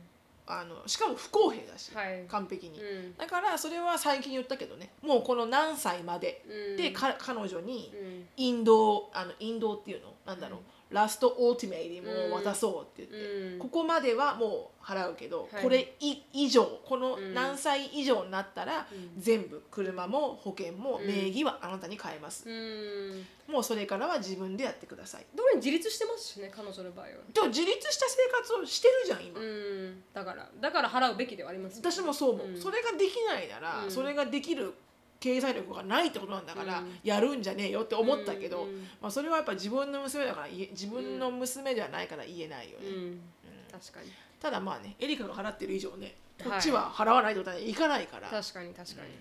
S2: あのしかも不公平だし、
S1: はい
S2: 完璧に、
S1: う
S2: だからそれは最近言ったけどねもうこの何歳まで、
S1: ん
S2: でか彼女に
S1: うん
S2: インドあのインドっていうのなんだろう、ラストオーティメイにもう渡そうって言って、
S1: うん
S2: ここまではもう払うけど、
S1: はい
S2: これい以上この
S1: うん
S2: 何歳以上になったら、
S1: うん
S2: 全部車も保険も
S1: うん
S2: 名義はあなたに変えます、
S1: うん
S2: もうそれからは自分でやってください
S1: どれに自立してますしね彼女の場合は
S2: でも自立した生活をしてるじゃん今、
S1: うんだからだから払うべきではあります、
S2: 私もそう思う、
S1: うん
S2: それができないなら、
S1: うん
S2: それができる経済力がないってことなんだから、
S1: うん
S2: やるんじゃねえよって思ったけど、
S1: うんうん
S2: まあ、それはやっぱ自分の娘だから言え自分の娘ではないから言えないよね、
S1: うん確かに
S2: ただまあねエリカが払ってる以上ね
S1: はい
S2: こっちは払わないってことにはいかないから、
S1: 確かに確かに、っ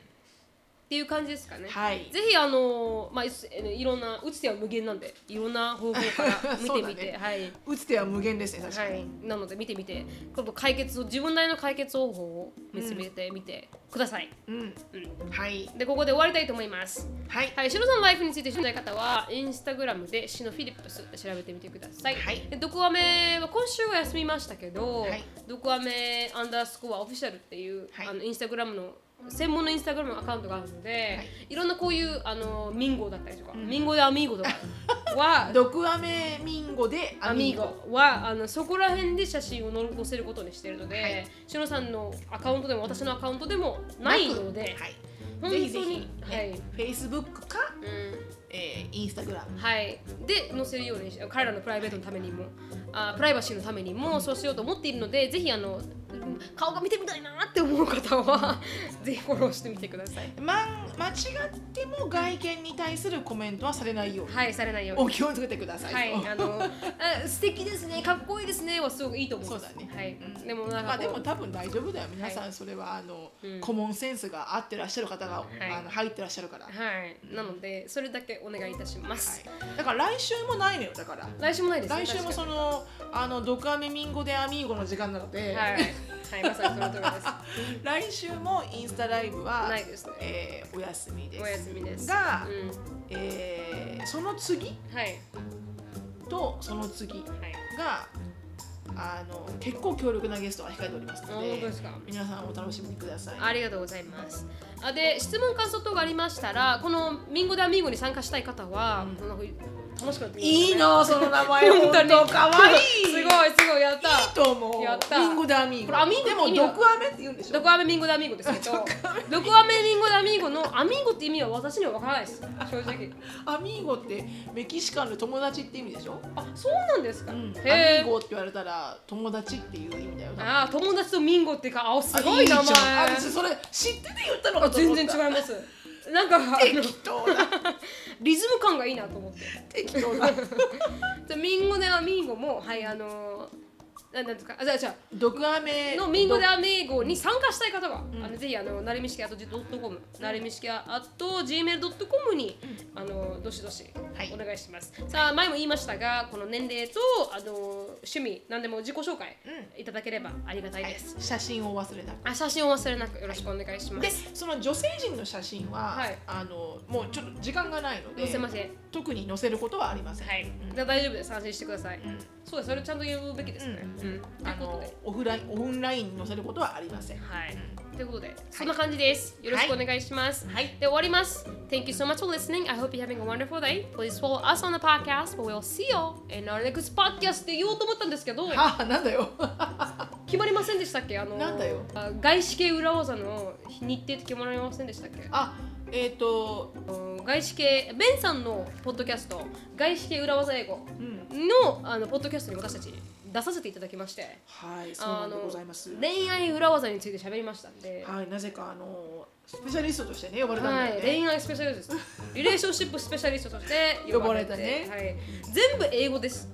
S1: ていう感じですかね
S2: はい
S1: ぜひあのまあいすえーいろんな打つ手は無限なんでいろんな方法から見て
S2: そ
S1: み
S2: うだ
S1: て、
S2: ね
S1: はい。
S2: 打つ手は無限ですね確か
S1: は
S2: に、
S1: い、なので見てみてちょっと解決を自分なりの解決方法を見つめてみてください、
S2: うん
S1: う
S2: はい
S1: んでここで終わりたいと思います
S2: はい
S1: はい、シロさんのライフについて知りたい方は、インスタグラムでシノフィリップスで調べてみてください。
S2: はい
S1: で、ドクアメは今週は休みましたけど、
S2: はい
S1: ドクアメアンダースコアオフィシャルっていう、
S2: はい
S1: あのインスタグラムの専門のインスタグラムのアカウントがあるので、
S2: はいい、
S1: ろんなこういうあのミンゴだったりとか、ミンゴでアミーゴとか は、
S2: 毒アメミンゴで
S1: アミーゴはあのそこら辺で写真を載せることにしてるので、
S2: はい
S1: シノさんのアカウントでも私のアカウントでもない
S2: く
S1: ので、
S2: は
S1: 本当
S2: い、ぜ
S1: に
S2: ひぜひ、ね
S1: はい
S2: Facebook か、
S1: うん
S2: えー、インスタグラム
S1: はい、で載せるようにし彼らのプライベートのためにもあプライバシーのためにもそうしようと思っているのでぜひあのうん顔が見てみたいなって思う方は ぜひフォローしてみてください。
S2: ま間違っても外見に対するコメントはされないように、
S1: はい、されないよう
S2: お
S1: に。
S2: 気をつけてください、
S1: はい、あのあ素敵ですね、かっこいいですねはすごくいいと思うんです。
S2: そうだね
S1: はい、
S2: うん
S1: でもなん
S2: ま
S1: か
S2: あ
S1: こ
S2: で
S1: う、
S2: も多分大丈夫だよ皆さ
S1: は
S2: んそれはあの、
S1: うん
S2: コモンセンスが合ってらっしゃる方が、あの入ってらっしゃるから、
S1: はい、なのでそれだけお願いいたします。
S2: はい、だから来週もないのよだから
S1: 来週もないです、ね。
S2: 来週もそ
S1: の
S2: のあの毒アメミンゴでアミーゴの時間なので、
S1: はい、はい、まさにその通りです。
S2: 来週もインスタライブは
S1: ないですね
S2: えーお休みです
S1: お休みです。
S2: が、
S1: う
S2: えーその次
S1: ん、はい、
S2: とその次
S1: はい。
S2: があの結構強力なゲストが控えております
S1: あ
S2: の
S1: 本当
S2: で
S1: ですか
S2: 皆さんお楽しみください。
S1: ありがとうございます。あで質問感想等がありましたらこのミンゴでアミーゴに参加したい方は、
S2: うん
S1: なんか楽しかった
S2: い いなその名前本
S1: 当に
S2: 当可愛い
S1: すごい
S2: い
S1: すごいやった。
S2: と思う
S1: やった
S2: ミンゴダミン
S1: これアミンゴ
S2: でも
S1: 意味は
S2: 毒アメって言うんでしょ
S1: ドクアメミンゴでアミーゴですけど、ドクアメミンゴでアミーゴのアミーゴって意味は私にはわからないです。正直。
S2: アミーゴってメキシカンの友達って意味でしょ、
S1: あそうなんですか。
S2: アミ
S1: へえ。
S2: ーゴって言われたら友達っていう意味だよな
S1: あー友達とミンゴっていうかあすごい名前。
S2: じゃんあ私それ知ってて言ったの
S1: あ
S2: かと思
S1: 全
S2: った
S1: 然違います。なん かあの
S2: 適当だ
S1: リズム感がいいなと思って。
S2: 適当だ
S1: じゃあミンゴでアミーゴもはいあのー、なんなんですかあじゃあじゃあ
S2: 毒アメ
S1: のミンゴで
S2: ア
S1: アメーゴに参加したい方は、
S2: ん
S1: あのぜひあのなれみしきあと .com なれみしきあと gmail.com に、あのどしどし
S2: はい
S1: お願いします、さあ前も言いましたがこの年齢とあの趣味何でも自己紹介いただければありがたいです、
S2: 写真を忘れなく
S1: あ写真を忘れなくよろしくお願いしま、
S2: ですその女性陣の写真は、
S1: はい
S2: あのもうちょっと時間がないので
S1: 載せません
S2: 特に載せることはありません、
S1: はい、
S2: うん
S1: じゃあ大丈夫です安心してください、
S2: うん
S1: そうですそれちゃんと言うべきですね、うんとい
S2: あ
S1: うこと
S2: の
S1: で
S2: オフラインオンラインに載せることはありません。
S1: はい。ということで、そんな感じです。よろしくお願いします。
S2: はい
S1: で、終わります。Thank you so much for listening. I hope you're having a wonderful day. Please follow us on the podcast, but we'll see you in our next podcast って言おうと思ったんですけど、
S2: ああなんだよ。
S1: 決まりませんでしたっけあの、
S2: なんだよ
S1: あ外資系裏技の日程って決まりませんでしたっけ
S2: あえっ、と、
S1: あの外資系、ベンさんのポッドキャスト、外資系裏技英語
S2: うん、
S1: のあのポッドキャストに私たち出させていただきまして、
S2: はいそうなんで
S1: あの
S2: ございます。
S1: 恋愛裏技について喋りましたんで、
S2: はいなぜかあのスペシャリストとしてね呼ばれたん
S1: は
S2: だ
S1: い、
S2: よね。
S1: 恋愛スペシャリ ストリレーションシップスペシャリストとして
S2: 呼ばれたね
S1: はい、全部英語です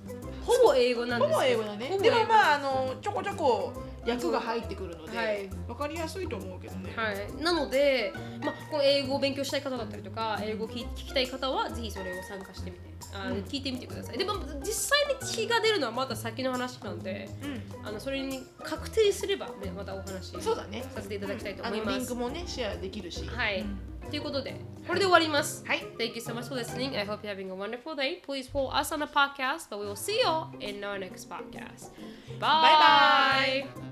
S1: ほぼ英語なんで
S2: ほ
S1: す
S2: ぼ英語だね
S1: ほ。ぼ英
S2: で
S1: 語
S2: もまああのちょこちょこ役が入ってくるので、わ
S1: はい
S2: かりやすいと思うけどね。
S1: はい、なので、まあ、この英語を勉強したい方だったりとか英語を聞き聞きたい方はぜひそれを参加してみてあの、
S2: うん
S1: 聞いてみてくださいでも実際に血が出るのはまだ先の話なんで
S2: うん。
S1: あのそれに確定すれば、ね、またお話
S2: そう
S1: さ
S2: だね。
S1: せていただきたいと
S2: あ
S1: 思い
S2: の
S1: ま
S2: リン
S1: す
S2: クもねシェアできるし。
S1: はい
S2: うん
S1: ということでこれで終わります
S2: はい。
S1: Thank you so much for listening. I hope you're having a wonderful day. Please follow us on the podcast, but we will see you in our next podcast. Bye bye.
S2: Bye-bye.